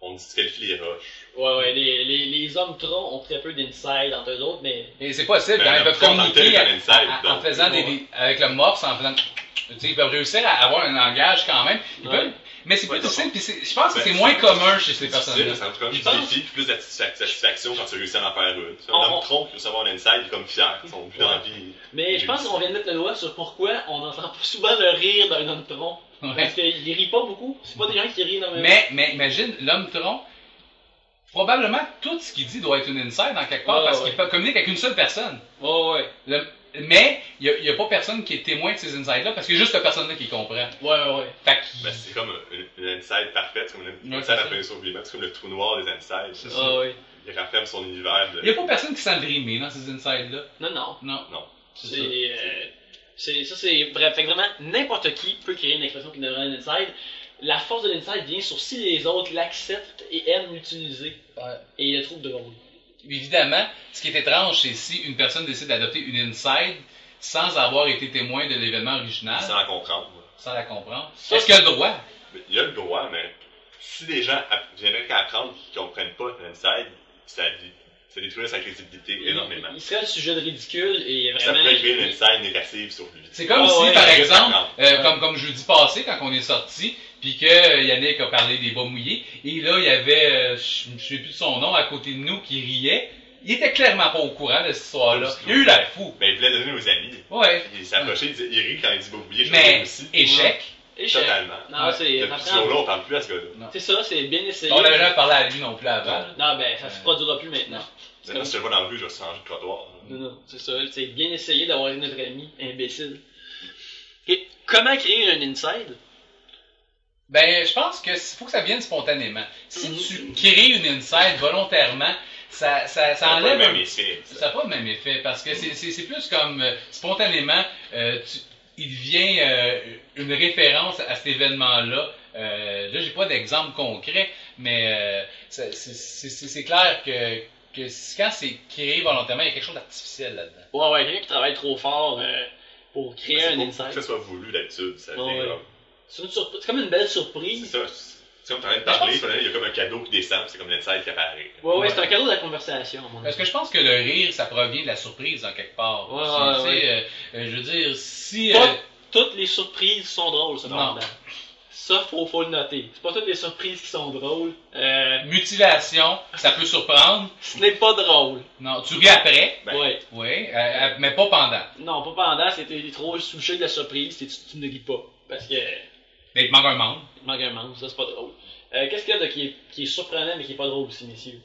Speaker 3: on disqualifie les roches.
Speaker 1: Ouais, ouais, les, les, les hommes troncs ont très peu d'inside entre eux autres, mais.
Speaker 2: Et c'est possible,
Speaker 3: Ben,
Speaker 2: quand
Speaker 3: en
Speaker 2: ils peuvent
Speaker 3: même temps,
Speaker 2: communiquer
Speaker 3: en tant que tel,
Speaker 2: à-
Speaker 3: ils
Speaker 2: à-
Speaker 3: peuvent
Speaker 2: en faisant des,
Speaker 1: Ouais.
Speaker 2: des- avec le morse, en faisant. tu sais, ils peuvent réussir à avoir un langage quand même. Ils
Speaker 1: Ouais.
Speaker 2: peuvent- mais c'est plus
Speaker 3: Ouais,
Speaker 2: difficile, puis c'est- je pense que
Speaker 3: Ben,
Speaker 2: c'est moins
Speaker 3: c'est-
Speaker 2: commun chez ces
Speaker 3: C'est difficile,
Speaker 2: personnes-là.
Speaker 3: ça rentre comme
Speaker 1: Je
Speaker 3: du
Speaker 1: pense-
Speaker 3: défi, puis plus de satisfa- satisfaction quand tu réussis à en faire une. Tu sais,
Speaker 1: On-
Speaker 3: Un
Speaker 1: on-
Speaker 3: homme tronc qui veut savoir un inside, il est comme fier, ils sont plus dans la vie.
Speaker 1: Mais je pense qu'on vient de mettre le doigt sur pourquoi on n'entend pas souvent le rire d'un homme tronc.
Speaker 2: Ouais.
Speaker 1: Parce qu'il rit pas beaucoup, c'est pas des gens qui rient énormément.
Speaker 2: Mais, mais imagine, l'homme tronc, probablement tout ce qu'il dit doit être une inside en quelque part
Speaker 1: Ouais,
Speaker 2: parce
Speaker 1: ouais.
Speaker 2: qu'il peut communiquer avec une seule personne.
Speaker 1: Ouais, ouais.
Speaker 2: Le- mais il n'y a, pas personne qui est témoin de ces insides-là parce qu'il y a juste cette personne-là qui comprend.
Speaker 1: Ouais, ouais.
Speaker 2: Fait qu'il-
Speaker 3: Ben, c'est comme une, une inside parfaite, c'est comme une
Speaker 2: Ouais,
Speaker 3: inside
Speaker 2: c'est
Speaker 3: à
Speaker 2: ça.
Speaker 3: plein soulèvement, c'est comme le trou noir des insides.
Speaker 1: Ah, ouais.
Speaker 3: Il rafferme son univers
Speaker 2: il n'y
Speaker 3: de.
Speaker 2: a pas personne qui sent le rimer dans ces insides-là.
Speaker 1: Non, non.
Speaker 2: Non.
Speaker 3: Non.
Speaker 2: C'est ça.
Speaker 1: C'est. euh, c'est- ça, c'est. Bref, fait que vraiment, n'importe qui peut créer une expression qui devrait un inside. La force de l'inside vient sur si les autres l'acceptent et aiment l'utiliser.
Speaker 2: Ouais.
Speaker 1: Et le trouvent devant vous.
Speaker 2: Évidemment, ce qui est étrange, c'est si une personne décide d'adopter une inside sans avoir été témoin de l'événement original,
Speaker 3: Sans la comprendre.
Speaker 2: sans la comprendre.
Speaker 1: Ça,
Speaker 2: Est-ce qu'il y a le droit?
Speaker 3: Mais Il y a le droit, mais si les gens app- viendraient qu'à apprendre qu'ils comprennent pas l'inside, ça, dé- ça détruirait sa crédibilité énormément.
Speaker 1: Il, il serait le sujet de ridicule et
Speaker 3: Ça
Speaker 1: vraiment.
Speaker 3: pourrait hein. créer une inside négative sur lui.
Speaker 2: C'est comme
Speaker 1: Ah
Speaker 2: si,
Speaker 1: ouais,
Speaker 2: par
Speaker 3: ouais,
Speaker 2: exemple,
Speaker 3: ouais.
Speaker 2: euh, comme, comme jeudi passé, quand on est sorti, puis que euh, Yannick a parlé des bas mouillés, et là, il y avait, euh, je ne sais plus de son nom, à côté de nous, qui riait. Il était clairement pas au courant de cette histoire-là. Il a eu l'air fou.
Speaker 3: Ben, il voulait donner aux amis.
Speaker 2: Ouais.
Speaker 3: Il s'approchait, il, disait- il rit quand il dit bobouillé, je
Speaker 2: Mais-
Speaker 3: le aussi.
Speaker 2: Échec.
Speaker 1: Échec.
Speaker 3: Totalement.
Speaker 1: Non, c'est.
Speaker 3: Depuis
Speaker 1: t'apprends-
Speaker 3: ce jour-là, on parle plus à ce gars-là.
Speaker 1: C'est ça, c'est bien essayé.
Speaker 2: On n'avait jamais parlé à lui non plus avant.
Speaker 3: Non.
Speaker 1: Non, ben, ça se produira plus maintenant. C'est
Speaker 3: Maintenant,
Speaker 1: comme-
Speaker 3: si je le vois dans la rue, je vais changer de trottoir.
Speaker 1: Non, non, c'est ça. C'est bien essayé d'avoir une autre amie imbécile. Et comment créer un inside
Speaker 2: Ben, je pense que s- faut que ça vienne spontanément. Si tu crées une inside volontairement, ça, ça, ça
Speaker 3: Ça n'a pas
Speaker 2: enlève
Speaker 3: le
Speaker 2: un
Speaker 3: même effet.
Speaker 2: Ça n'a pas le même effet parce que c'est- c'est c'est plus comme euh, spontanément, euh, tu- il devient euh, une référence à cet événement-là. Euh, là, j'ai pas d'exemple concret, mais euh, ça- c'est- c'est c'est- c'est clair que, que c- quand c'est créé volontairement, il y a quelque chose d'artificiel là-dedans.
Speaker 1: Ouais, ouais, quelqu'un qui travaille trop fort euh, pour créer
Speaker 3: C'est
Speaker 1: un
Speaker 3: pas Que ce
Speaker 1: inside.
Speaker 3: soit voulu d'habitude, ça
Speaker 1: Ah,
Speaker 3: vient
Speaker 1: ouais.
Speaker 3: comme-
Speaker 1: C'est une surprise- c'est comme une belle
Speaker 3: C'est
Speaker 1: surprise.
Speaker 3: ça. c'est- C'est comme t'en
Speaker 1: Ben,
Speaker 3: train de parler, puis là, il y a comme un cadeau qui descend, puis c'est comme l'inside qui apparaît.
Speaker 1: Ouais, ouais,
Speaker 2: Ouais.
Speaker 1: c'est un cadeau de la conversation, à mon
Speaker 2: Parce
Speaker 1: avis.
Speaker 2: que je pense que le rire, ça provient de la surprise en quelque part.
Speaker 1: Ouais,
Speaker 2: aussi,
Speaker 1: ouais,
Speaker 2: tu sais, euh, euh, je veux dire, si...
Speaker 1: Pas
Speaker 2: euh,
Speaker 1: toutes les surprises sont drôles, cependant.
Speaker 2: Non.
Speaker 1: Ça, faut, faut le noter. C'est pas toutes les surprises qui sont drôles. Euh,
Speaker 2: mutilation, ça peut surprendre.
Speaker 1: ce n'est pas drôle.
Speaker 2: Non, tu ris après,
Speaker 3: Ben.
Speaker 1: Ouais.
Speaker 2: oui, euh, euh, mais pas pendant.
Speaker 1: Non, pas pendant, c'était trop touché de la surprise, et tu, tu ne ris pas. Parce que.
Speaker 2: Mais il te manque un membre.
Speaker 1: Il manque un membre, ça c'est pas drôle. Euh, Qu'est-ce qu'il y a de qui est, qui est surprenant mais qui est pas drôle aussi, messieurs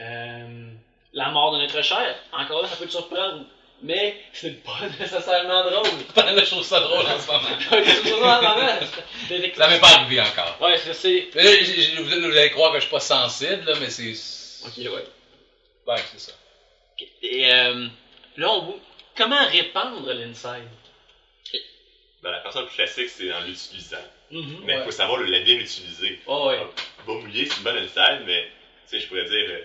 Speaker 1: Euh, La mort de notre cher, encore là, ça peut te surprendre, mais c'est pas nécessairement drôle.
Speaker 2: Je trouve ça drôle en ce moment.
Speaker 1: C'est toujours dans la merde.
Speaker 2: Ça m'est pas arrivé encore.
Speaker 1: Ouais, c'est- c'est.
Speaker 2: Mais là, j'ai- j'ai- vous, vous allez croire que je suis pas sensible, là, mais c'est.
Speaker 1: Ok, ouais.
Speaker 2: Ouais, c'est ça.
Speaker 1: Et euh, là, on vous. Comment répandre l'inside
Speaker 3: Ben, la personne plus classique, c'est en l'utilisant.
Speaker 1: Mhm.
Speaker 3: Mais il
Speaker 2: Ouais.
Speaker 3: faut savoir le, la bien l'utiliser.
Speaker 1: Ah ouais.
Speaker 3: Bas mouillé, c'est une bonne inside, mais tu sais, je pourrais dire, euh,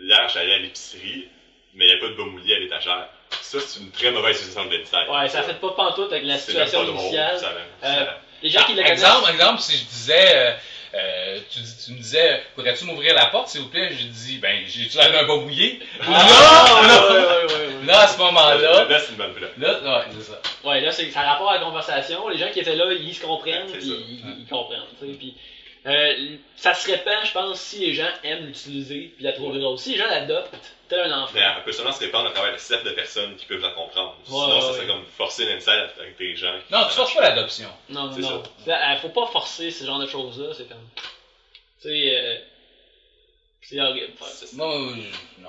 Speaker 3: hier, j'allais à l'épicerie, mais il n'y a pas de bas mouillé à l'étagère. Ça, c'est une très mauvaise utilisation de l'inside.
Speaker 1: Ouais, ça fait pas pantoute avec la
Speaker 3: C'est même
Speaker 1: situation
Speaker 3: pas drôle,
Speaker 1: initiale.
Speaker 3: ça-
Speaker 1: Euh,
Speaker 3: ça-
Speaker 1: Les gens qui la connaissent.
Speaker 2: Ah, exemple, exemple, si je disais. euh, euh, tu, dis- tu me disais, pourrais-tu m'ouvrir la porte, s'il vous plaît? Je dis, ben, j'ai-tu l'air d'un bas mouillé?
Speaker 1: Ah,
Speaker 2: non,
Speaker 1: ouais,
Speaker 2: non!
Speaker 1: ouais, ouais, ouais, ouais.
Speaker 2: Là, à ce moment-là,
Speaker 3: Là, c'est une bonne blague.
Speaker 2: là, ouais, c'est ça.
Speaker 1: Ouais, là, c'est, ça a rapport à la conversation. Les gens qui étaient là, ils se comprennent,
Speaker 3: Ouais, c'est
Speaker 1: puis
Speaker 3: ça.
Speaker 1: ils, ils comprennent. tu sais, Puis Euh, ça se répand, je pense, si les gens aiment l'utiliser puis la trouver drôle. Si les gens l'adoptent, t'es un enfant.
Speaker 3: Mais elle peut seulement se répandre à travers le cercle de personnes qui peuvent la comprendre. Sinon,
Speaker 1: ouais,
Speaker 3: ça
Speaker 1: ouais.
Speaker 3: serait comme forcer l'inside avec des gens. qui-
Speaker 2: Non, tu forces pas l'adoption.
Speaker 1: Non,
Speaker 3: C'est
Speaker 1: non. Là, euh, faut pas forcer ce genre de choses-là, c'est comme. Tu sais, euh, c'est horrible. de faire ça.
Speaker 2: Moi, je- non.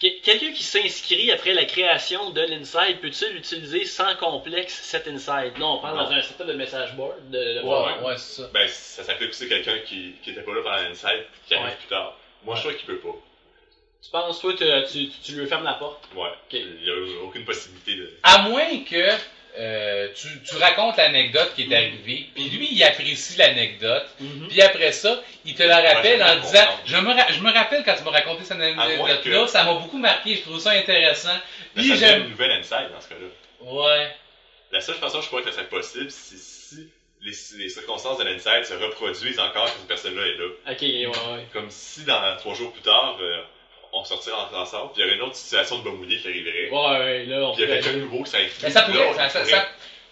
Speaker 1: Quel- Quelqu'un qui s'inscrit après la création de l'inside, peut-il utiliser sans complexe cet inside? Non, on parle
Speaker 3: Non.
Speaker 1: dans un certain de message board. De, de-
Speaker 2: Ouais, ouais, c'est ça.
Speaker 3: Ben, ça s'applique aussi à quelqu'un qui, qui était pas là pendant l'inside puis qui arrive
Speaker 1: Ouais.
Speaker 3: plus tard. Moi, je
Speaker 1: Ouais.
Speaker 3: trouve qu'il peut pas.
Speaker 1: Tu penses, toi, te- tu, tu, tu lui fermes la porte?
Speaker 3: Ouais.
Speaker 1: Ok.
Speaker 3: Il n'y a aucune possibilité de.
Speaker 2: À moins que euh, tu, tu racontes l'anecdote qui est arrivée, puis lui, il apprécie l'anecdote, puis après ça, il te la rappelle
Speaker 3: Ouais, je
Speaker 2: en
Speaker 3: me
Speaker 2: disant
Speaker 3: comprends.
Speaker 2: je me, ra- je me rappelle quand tu m'as raconté cette
Speaker 3: moins
Speaker 2: anecdote-là,
Speaker 3: que-
Speaker 2: ça m'a beaucoup marqué, je trouve ça intéressant.
Speaker 3: Mais
Speaker 2: Puis
Speaker 3: ça devient
Speaker 2: j'aime.
Speaker 3: une nouvelle inside dans ce cas-là.
Speaker 2: Ouais.
Speaker 3: La seule façon, je crois, que ça serait possible, c'est si les, les circonstances de l'inside se reproduisent encore que cette personne-là est là.
Speaker 1: Ok, ouais, ouais.
Speaker 3: Comme si dans trois jours plus tard, euh, on sortirait en- ensemble, puis il y aurait une autre situation de Bamouli qui arriverait.
Speaker 1: Ouais, ouais, là, on
Speaker 3: Puis il y a
Speaker 1: peut.
Speaker 3: quelqu'un de nouveau qui s'inscrit.
Speaker 2: Mais ça
Speaker 3: puis
Speaker 2: pourrait.
Speaker 3: là, on
Speaker 2: ça- ça-
Speaker 3: pourrait-
Speaker 2: ça-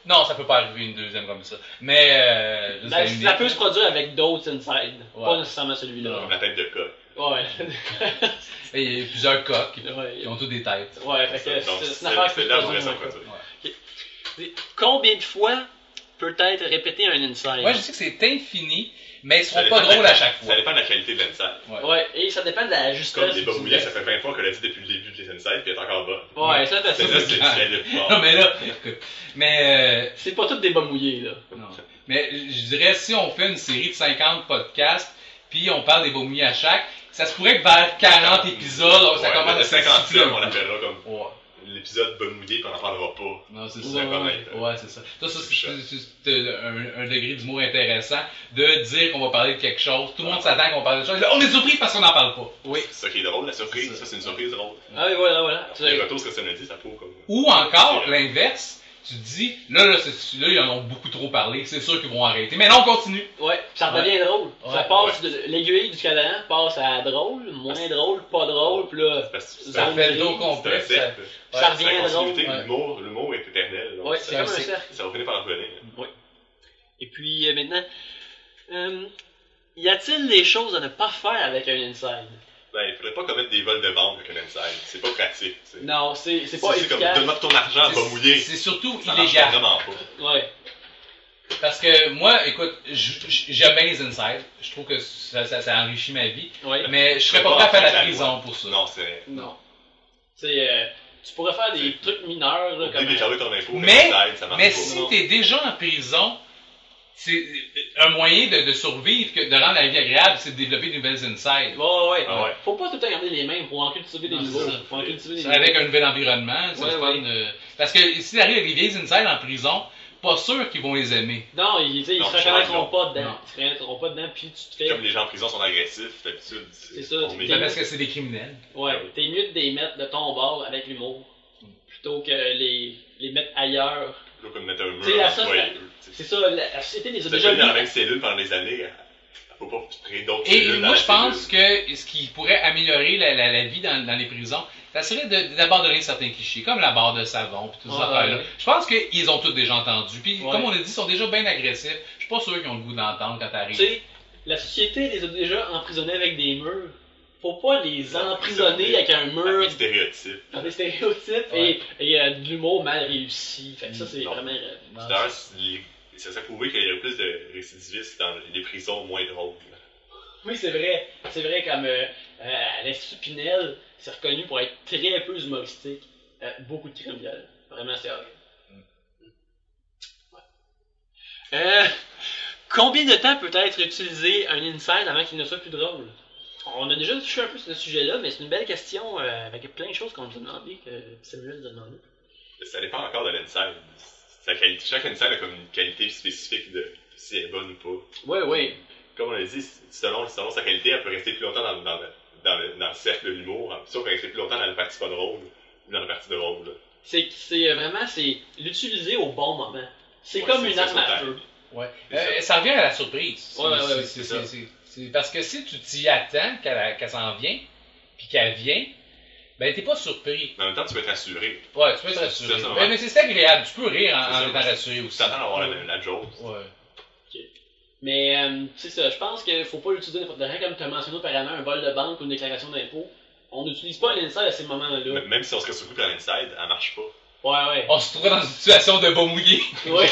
Speaker 2: Non, ça peut pas arriver une deuxième comme ça. Mais. Euh, juste
Speaker 1: Ben,
Speaker 2: à une
Speaker 1: ça
Speaker 2: idée.
Speaker 1: peut se produire avec d'autres inside,
Speaker 2: Ouais.
Speaker 1: pas nécessairement celui-là.
Speaker 3: Comme la tête de coq.
Speaker 1: Ouais.
Speaker 2: Et il y a plusieurs coqs qui,
Speaker 1: ouais.
Speaker 2: qui ont tous des têtes.
Speaker 1: Ouais, fait que
Speaker 3: Donc,
Speaker 1: c'est
Speaker 3: c'est
Speaker 1: c'est une affaire qui
Speaker 3: c'est
Speaker 1: se
Speaker 3: là où on
Speaker 1: produit.
Speaker 3: s'en produit.
Speaker 1: Combien de fois peut-être répéter un inside?
Speaker 2: Moi, je sais que c'est infini, mais ils
Speaker 3: Ça
Speaker 2: seront
Speaker 3: dépend
Speaker 2: pas
Speaker 3: de la-
Speaker 2: drôles à chaque fois.
Speaker 3: Ça dépend de la qualité de l'inside.
Speaker 1: Ouais, et ça dépend de la
Speaker 3: Comme
Speaker 1: justesse.
Speaker 3: les
Speaker 1: du-
Speaker 3: Bamouli, ça fait 20 fois qu'elle a dit depuis le début de les insides, puis elle est encore bonne.
Speaker 1: Ouais, ça,
Speaker 3: C'est
Speaker 1: c'est
Speaker 3: là, c'est
Speaker 2: Ah.
Speaker 3: c'est le fort.
Speaker 2: Non, mais là, écoute, mais,
Speaker 1: C'est pas toutes des bas mouillés, là.
Speaker 2: euh, non. mais je dirais, si on fait une série de 50 podcasts, puis on parle des beaux mouillés à chaque, ça se pourrait que vers 40 épisodes, ça
Speaker 3: Ouais,
Speaker 2: commence
Speaker 3: le
Speaker 2: à
Speaker 3: 50
Speaker 2: s'essouffler un
Speaker 3: on
Speaker 2: peu.
Speaker 3: l'appellera comme
Speaker 2: Ouais,
Speaker 3: l'épisode Bamouli, puis on n'en parlera pas.
Speaker 2: non, c'est
Speaker 3: C'est
Speaker 2: ça.
Speaker 3: correct.
Speaker 2: Ouais, c'est ça. Ça, ça, c'est- c'est c'est un, un degré d'humour intéressant de dire qu'on va parler de quelque chose. Tout le monde s'attend qu'on parle de quelque chose. Là, on est surpris parce qu'on n'en parle pas.
Speaker 1: Oui.
Speaker 3: C'est ça qui est drôle, la
Speaker 2: C'est
Speaker 3: surprise.
Speaker 2: ça.
Speaker 3: Ça, c'est une surprise drôle.
Speaker 1: Ah oui, voilà, voilà. Tu-
Speaker 3: Les retours, ce que ça me dit, ça prouve comme.
Speaker 2: Ou encore, l'inverse, tu te dis, là, là, c'est- là, ils en ont beaucoup trop parlé, c'est sûr qu'ils vont arrêter. Mais non, on continue.
Speaker 1: Ouais, puis ça
Speaker 2: Ouais.
Speaker 1: devient drôle. ça
Speaker 2: Ouais.
Speaker 1: passe de l'aiguille du cadran passe à drôle, moins drôle, pas drôle, puis là,
Speaker 3: Parce que c'est
Speaker 1: Ça
Speaker 2: Ça
Speaker 3: un-
Speaker 2: fait le dos
Speaker 3: c'est un
Speaker 2: complet. ça-
Speaker 3: cercle.
Speaker 1: ça
Speaker 2: Ouais,
Speaker 3: C'est la
Speaker 1: revient drôle.
Speaker 3: continuité,
Speaker 2: drôle.
Speaker 3: l'humour, l'humour est éternel. donc
Speaker 1: Ouais,
Speaker 3: ça-
Speaker 1: c'est comme un
Speaker 2: c'est-
Speaker 1: cercle.
Speaker 3: Ça va finir par revenir.
Speaker 1: Et puis euh, maintenant, euh, y a-t-il des choses à ne pas faire avec un inside
Speaker 3: Ben, il faudrait pas commettre des vols de banque avec un inside. C'est pas pratique. tu sais.
Speaker 1: Non, c'est c'est
Speaker 3: Si
Speaker 1: pas
Speaker 3: c'est comme
Speaker 1: efficace.
Speaker 3: donne-moi ton argent, va
Speaker 2: c'est-
Speaker 3: mouiller.
Speaker 2: C'est surtout
Speaker 3: Ah, Ça marche
Speaker 2: illégal.
Speaker 3: vraiment pas.
Speaker 1: Ouais.
Speaker 2: Parce que moi, écoute, j- j- j'aime bien les insides. Je trouve que ça, ça, ça enrichit ma vie.
Speaker 1: Ouais.
Speaker 2: Mais je serais
Speaker 3: Faut
Speaker 2: pas prêt
Speaker 3: pas
Speaker 2: à faire
Speaker 3: faire
Speaker 2: la
Speaker 3: la
Speaker 2: prison pour ça.
Speaker 3: Non, c'est.
Speaker 1: Non. C'est euh, tu pourrais faire des trucs mineurs là,
Speaker 3: Oublie
Speaker 1: comme
Speaker 3: de déclarer ton impôt,
Speaker 2: Mais-
Speaker 3: mais inside, ça marche
Speaker 2: Mais
Speaker 3: pas.
Speaker 2: si
Speaker 3: Non.
Speaker 2: t'es déjà en prison, c'est un moyen de, de survivre, que de rendre la vie agréable, c'est de développer de nouvelles insides.
Speaker 1: euh, Ouais, ouais.
Speaker 3: Ah ouais.
Speaker 1: Faut pas tout le temps garder les mêmes, faut en cultiver des
Speaker 2: Non,
Speaker 1: nouveaux.
Speaker 2: c'est
Speaker 3: ça.
Speaker 1: Faut en cultiver des
Speaker 2: C'est
Speaker 1: nouveaux.
Speaker 2: Avec un nouvel environnement, c'est
Speaker 1: Ouais,
Speaker 2: le fun,
Speaker 1: ouais.
Speaker 2: euh, Parce que si t'arrives avec des vieilles insides en prison, pas sûr qu'ils vont les aimer.
Speaker 1: Non, ils, tu sais, ils
Speaker 3: Non,
Speaker 1: se
Speaker 3: c'est
Speaker 1: reconnaîtront
Speaker 3: vrai,
Speaker 1: pas dedans.
Speaker 2: Non.
Speaker 1: Ils se reconnaîtront pas dedans, puis tu te fais.
Speaker 3: Comme les gens en prison sont agressifs, d'habitude.
Speaker 1: C'est ça,
Speaker 3: on
Speaker 1: c'est-
Speaker 3: met-
Speaker 2: Parce que c'est des criminels.
Speaker 1: Ouais, t'es mieux de les mettre de ton bord avec l'humour
Speaker 3: Mm.
Speaker 1: plutôt que les, les mettre ailleurs.
Speaker 3: plutôt que de mettre un mur
Speaker 1: Tu sais, la
Speaker 3: entre toi
Speaker 1: sauce-
Speaker 3: et eux, tu sais.
Speaker 1: C'est ça, la, la société les a
Speaker 3: C'est
Speaker 1: déjà
Speaker 3: déjà dans la
Speaker 1: mis.
Speaker 3: même cellule pendant des années. Elle peut pas créer d'autres
Speaker 2: Et
Speaker 3: cellules. dans
Speaker 2: moi,
Speaker 3: la
Speaker 2: je pense
Speaker 3: cellule.
Speaker 2: que ce qui pourrait améliorer la, la- la vie dans, dans les prisons, ça serait de- d'abandonner certains clichés, comme la barre de savon, puis toutes ces
Speaker 1: Ouais,
Speaker 2: affaires-là.
Speaker 1: ouais.
Speaker 2: Je pense qu'ils ont tous déjà entendu. Puis,
Speaker 1: Ouais.
Speaker 2: comme on a dit, ils sont déjà bien agressifs. Je suis pas sûr qu'ils ont le goût d'entendre quand
Speaker 1: Tu
Speaker 2: t'arrives.
Speaker 1: sais, la société les a déjà emprisonnés avec des murs. Faut pas les emprisonner avec un
Speaker 3: Avec
Speaker 1: mur,
Speaker 3: des stéréotypes.
Speaker 1: dans des stéréotypes
Speaker 2: Ouais.
Speaker 1: et, et euh, de l'humour mal réussi. Fait que ça, c'est
Speaker 3: Non.
Speaker 1: vraiment. euh,
Speaker 2: Non.
Speaker 3: D'ailleurs, c'est- les- ça serait prouvé qu'il y a plus de récidivistes dans les prisons moins drôles.
Speaker 1: Oui, c'est vrai. C'est vrai, comme euh, euh, l'Institut Pinel, c'est reconnu pour être très peu humoristique. Euh, beaucoup de crimes violents. Vraiment, c'est horrible. Ouais. Euh, combien de temps peut être utilisé un inside avant qu'il ne soit plus drôle? On a déjà touché un peu sur ce sujet-là, mais c'est une belle question euh, avec plein de choses qu'on nous a demandé, que Samuel nous a demandé.
Speaker 3: Ça dépend encore de l'inside. Sa qualité- Chaque inside a comme une qualité spécifique de si elle est bonne ou pas.
Speaker 1: Oui, oui.
Speaker 3: Comme on l'a dit, selon, selon sa qualité, elle peut rester plus longtemps dans, dans le, dans le- dans le cercle de l'humour. Ça, elle peut rester plus longtemps dans la partie pas drôle ou dans la partie drôle. là.
Speaker 1: C'est c'est, euh, vraiment, c'est l'utiliser au bon moment. C'est
Speaker 3: Ouais,
Speaker 1: comme
Speaker 3: c'est-
Speaker 1: une
Speaker 3: c'est
Speaker 1: arme
Speaker 3: ça,
Speaker 1: à
Speaker 3: c'est-
Speaker 1: feu.
Speaker 2: Ouais.
Speaker 3: C'est
Speaker 2: Euh, ça revient à la surprise.
Speaker 1: Ouais, ouais, ouais,
Speaker 2: C'est-
Speaker 3: c'est
Speaker 2: c'est-
Speaker 3: ça.
Speaker 2: c'est- c'est- Parce que si tu t'y attends qu'elle qu'elle s'en vient, puis qu'elle vient, ben t'es pas surpris.
Speaker 3: Mais en même temps, tu peux être assuré.
Speaker 2: Ouais, tu peux être rassuré.
Speaker 3: C'est ça,
Speaker 2: Ben,
Speaker 3: ouais.
Speaker 2: mais c'est agréable, tu peux rire en,
Speaker 3: C'est
Speaker 2: en
Speaker 3: ça,
Speaker 2: étant
Speaker 3: parce que
Speaker 2: rassuré
Speaker 3: Tu
Speaker 2: aussi.
Speaker 3: t'attends à avoir la, la joke.
Speaker 2: Ouais.
Speaker 1: Mais euh, c'est ça, je pense qu'il faut pas l'utiliser n'importe rien, comme tu as mentionné auparavant, un vol de banque ou une déclaration d'impôt. On n'utilise pas l'inside à ces moments-là.
Speaker 3: M- Même si on serait sur le coup de l'inside, elle marche pas.
Speaker 1: Ouais, ouais.
Speaker 2: On se trouve dans une situation de beau mouillé.
Speaker 1: Ouais.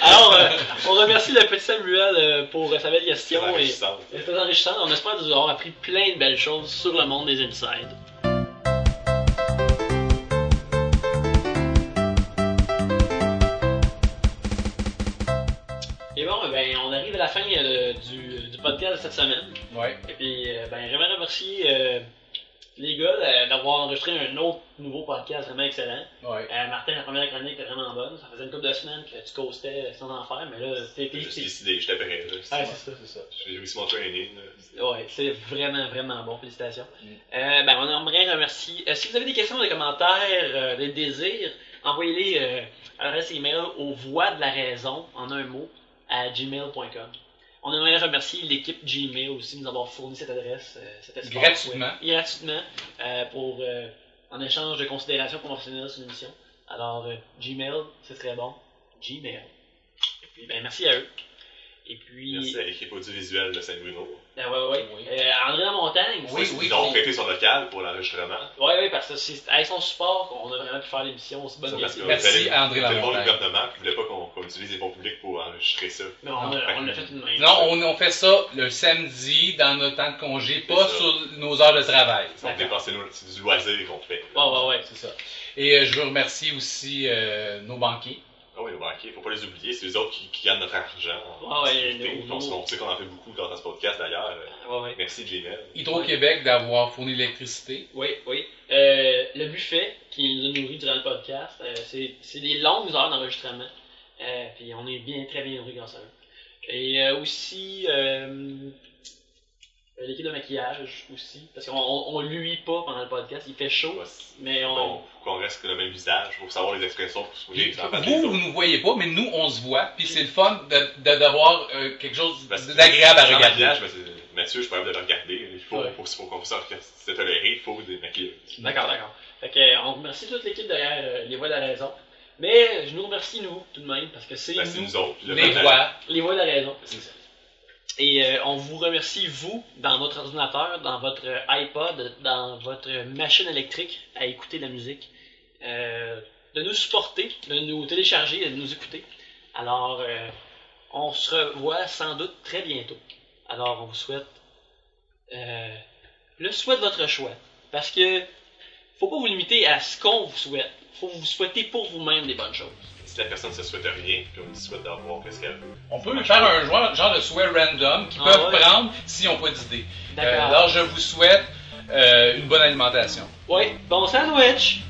Speaker 1: Alors, euh, on remercie le petit Samuel euh, pour euh, sa belle
Speaker 3: C'est
Speaker 1: question. et-
Speaker 3: enrichissant.
Speaker 1: C'est très enrichissant. On espère vous avoir appris plein de belles choses sur le monde des insides. Et bon, ben, on arrive à la fin euh, du, du podcast de cette semaine.
Speaker 2: Ouais.
Speaker 1: Et puis, euh, ben, j'aimerais remercier euh, les gars euh, d'avoir enregistré un autre nouveau podcast vraiment excellent.
Speaker 2: Ouais.
Speaker 1: Euh, Martin, la première chronique était vraiment bonne. Ça faisait une couple de semaines que tu coastais sans en faire, mais là, t'es...
Speaker 3: J'ai
Speaker 1: t'es-
Speaker 3: juste
Speaker 1: t'es-
Speaker 3: décidé, je t'appellerai.
Speaker 2: Ah.
Speaker 1: Ouais,
Speaker 3: là.
Speaker 1: c'est ça.
Speaker 2: C'est ça.
Speaker 3: J'ai aussi mon training. là.
Speaker 1: Ouais, c'est vraiment, vraiment bon. Félicitations.
Speaker 2: Mm.
Speaker 1: Euh, ben, on aimerait remercier. euh, si vous avez des questions, des commentaires, euh, des désirs, envoyez-les euh, à l'adresse email aux voix de la raison, en un mot, à gmail.com. On aimerait remercier l'équipe Gmail aussi de nous avoir fourni cette adresse, euh, cet espace
Speaker 2: Gratuitement.
Speaker 1: web. gratuitement, euh, pour, euh, en échange de considérations promotionnelles sur l'émission. Alors, euh, Gmail, c'est très bon. Gmail. Et puis, ben, merci à eux. Et puis.
Speaker 3: Merci à l'équipe audiovisuelle de Saint-Bruno.
Speaker 1: Ben ouais, ouais.
Speaker 2: Oui.
Speaker 1: Euh, André La Montagne.
Speaker 2: Oui,
Speaker 1: c'est-
Speaker 2: oui.
Speaker 3: Ils ont prêté son local pour l'enregistrement.
Speaker 1: Ouais, ouais, parce que c'est avec son support qu'on a vraiment pu faire l'émission aussi bonne
Speaker 3: Ça, parce
Speaker 1: que
Speaker 3: que-
Speaker 2: Euh, Merci à André
Speaker 3: Tout le monde du
Speaker 2: Lamontagne.
Speaker 3: gouvernement qui voulait pas qu'on qu'on utilise les fonds publics pour enregistrer ça.
Speaker 1: Mais on
Speaker 2: Non,
Speaker 1: a- on
Speaker 3: ben-
Speaker 1: l'a fait une main.
Speaker 2: Non, on, on fait ça le samedi dans notre temps de congé,
Speaker 3: C'est
Speaker 2: pas
Speaker 3: ça.
Speaker 2: sur nos heures de travail.
Speaker 3: On
Speaker 1: D'accord.
Speaker 3: dépense nos- C'est du loisir qu'on fait.
Speaker 1: Ouais, ouais, ouais.
Speaker 2: C'est ça. Et euh, je veux remercier aussi euh, nos banquiers.
Speaker 3: Ah oui, bah, ok, faut pas les oublier, c'est eux autres qui, qui gagnent notre argent.
Speaker 1: Ah ouais,
Speaker 3: sécurité.
Speaker 1: nous,
Speaker 3: on,
Speaker 1: nous.
Speaker 3: on sait qu'on en fait beaucoup dans ce podcast d'ailleurs. Euh,
Speaker 1: Ouais, ouais.
Speaker 3: Merci Gmail.
Speaker 2: Hydro-Québec d'avoir fourni l'électricité.
Speaker 1: Oui, oui. Euh, le buffet qui nous a nourris durant le podcast, euh, c'est c'est des longues heures d'enregistrement. Euh, puis on est bien, très bien nourris grâce à eux. Et euh, aussi, euh, euh, l'équipe de maquillage aussi. Parce qu'on on, on lui pas pendant le podcast, il fait chaud.
Speaker 3: Ouais, c'est-
Speaker 1: Mais on.
Speaker 3: Bon, faut qu'on reste le même visage pour savoir les expressions, pour se
Speaker 2: Puis,
Speaker 3: les enfants des
Speaker 2: vous,
Speaker 3: autres.
Speaker 2: vous nous voyez pas, mais nous, on se voit. Puis c'est le fun de- de- d'avoir euh, quelque chose
Speaker 3: Parce que-
Speaker 2: d'agréable à
Speaker 3: Sans
Speaker 2: regarder.
Speaker 3: maquillage, mais c'est- Mathieu, je suis pas capable de le regarder. Il faut,
Speaker 1: Ouais.
Speaker 3: pour, pour qu'on puisse se tolérer, il faut des maquillages.
Speaker 1: D'accord, d'accord. Fait que, euh, on remercie toute l'équipe derrière euh, Les Voix de la Raison. Mais je nous remercie, nous, tout de même, parce que c'est
Speaker 3: Ben,
Speaker 1: nous,
Speaker 3: c'est nous autres. le
Speaker 2: Les
Speaker 3: peuple-
Speaker 2: voix.
Speaker 1: Les Voix de la Raison.
Speaker 2: C'est ça.
Speaker 1: Et euh, on vous remercie, vous, dans votre ordinateur, dans votre euh, iPod, dans votre machine électrique à écouter de la musique, euh, de nous supporter, de nous télécharger et de nous écouter. Alors, euh, on se revoit sans doute très bientôt. Alors, on vous souhaite euh, le souhait de votre choix. Parce que faut pas vous limiter à ce qu'on vous souhaite. faut vous souhaiter pour vous-même des bonnes choses.
Speaker 3: Si la personne se souhaite rien, puis on lui souhaite d'avoir qu'est-ce qu'elle veut.
Speaker 2: On peut faire un genre, genre de souhait random qu'ils
Speaker 1: Ah
Speaker 2: peuvent
Speaker 1: ouais.
Speaker 2: prendre s'ils n'ont pas d'idée. Euh, alors, je vous souhaite euh, une bonne alimentation.
Speaker 1: ouais, bon sandwich!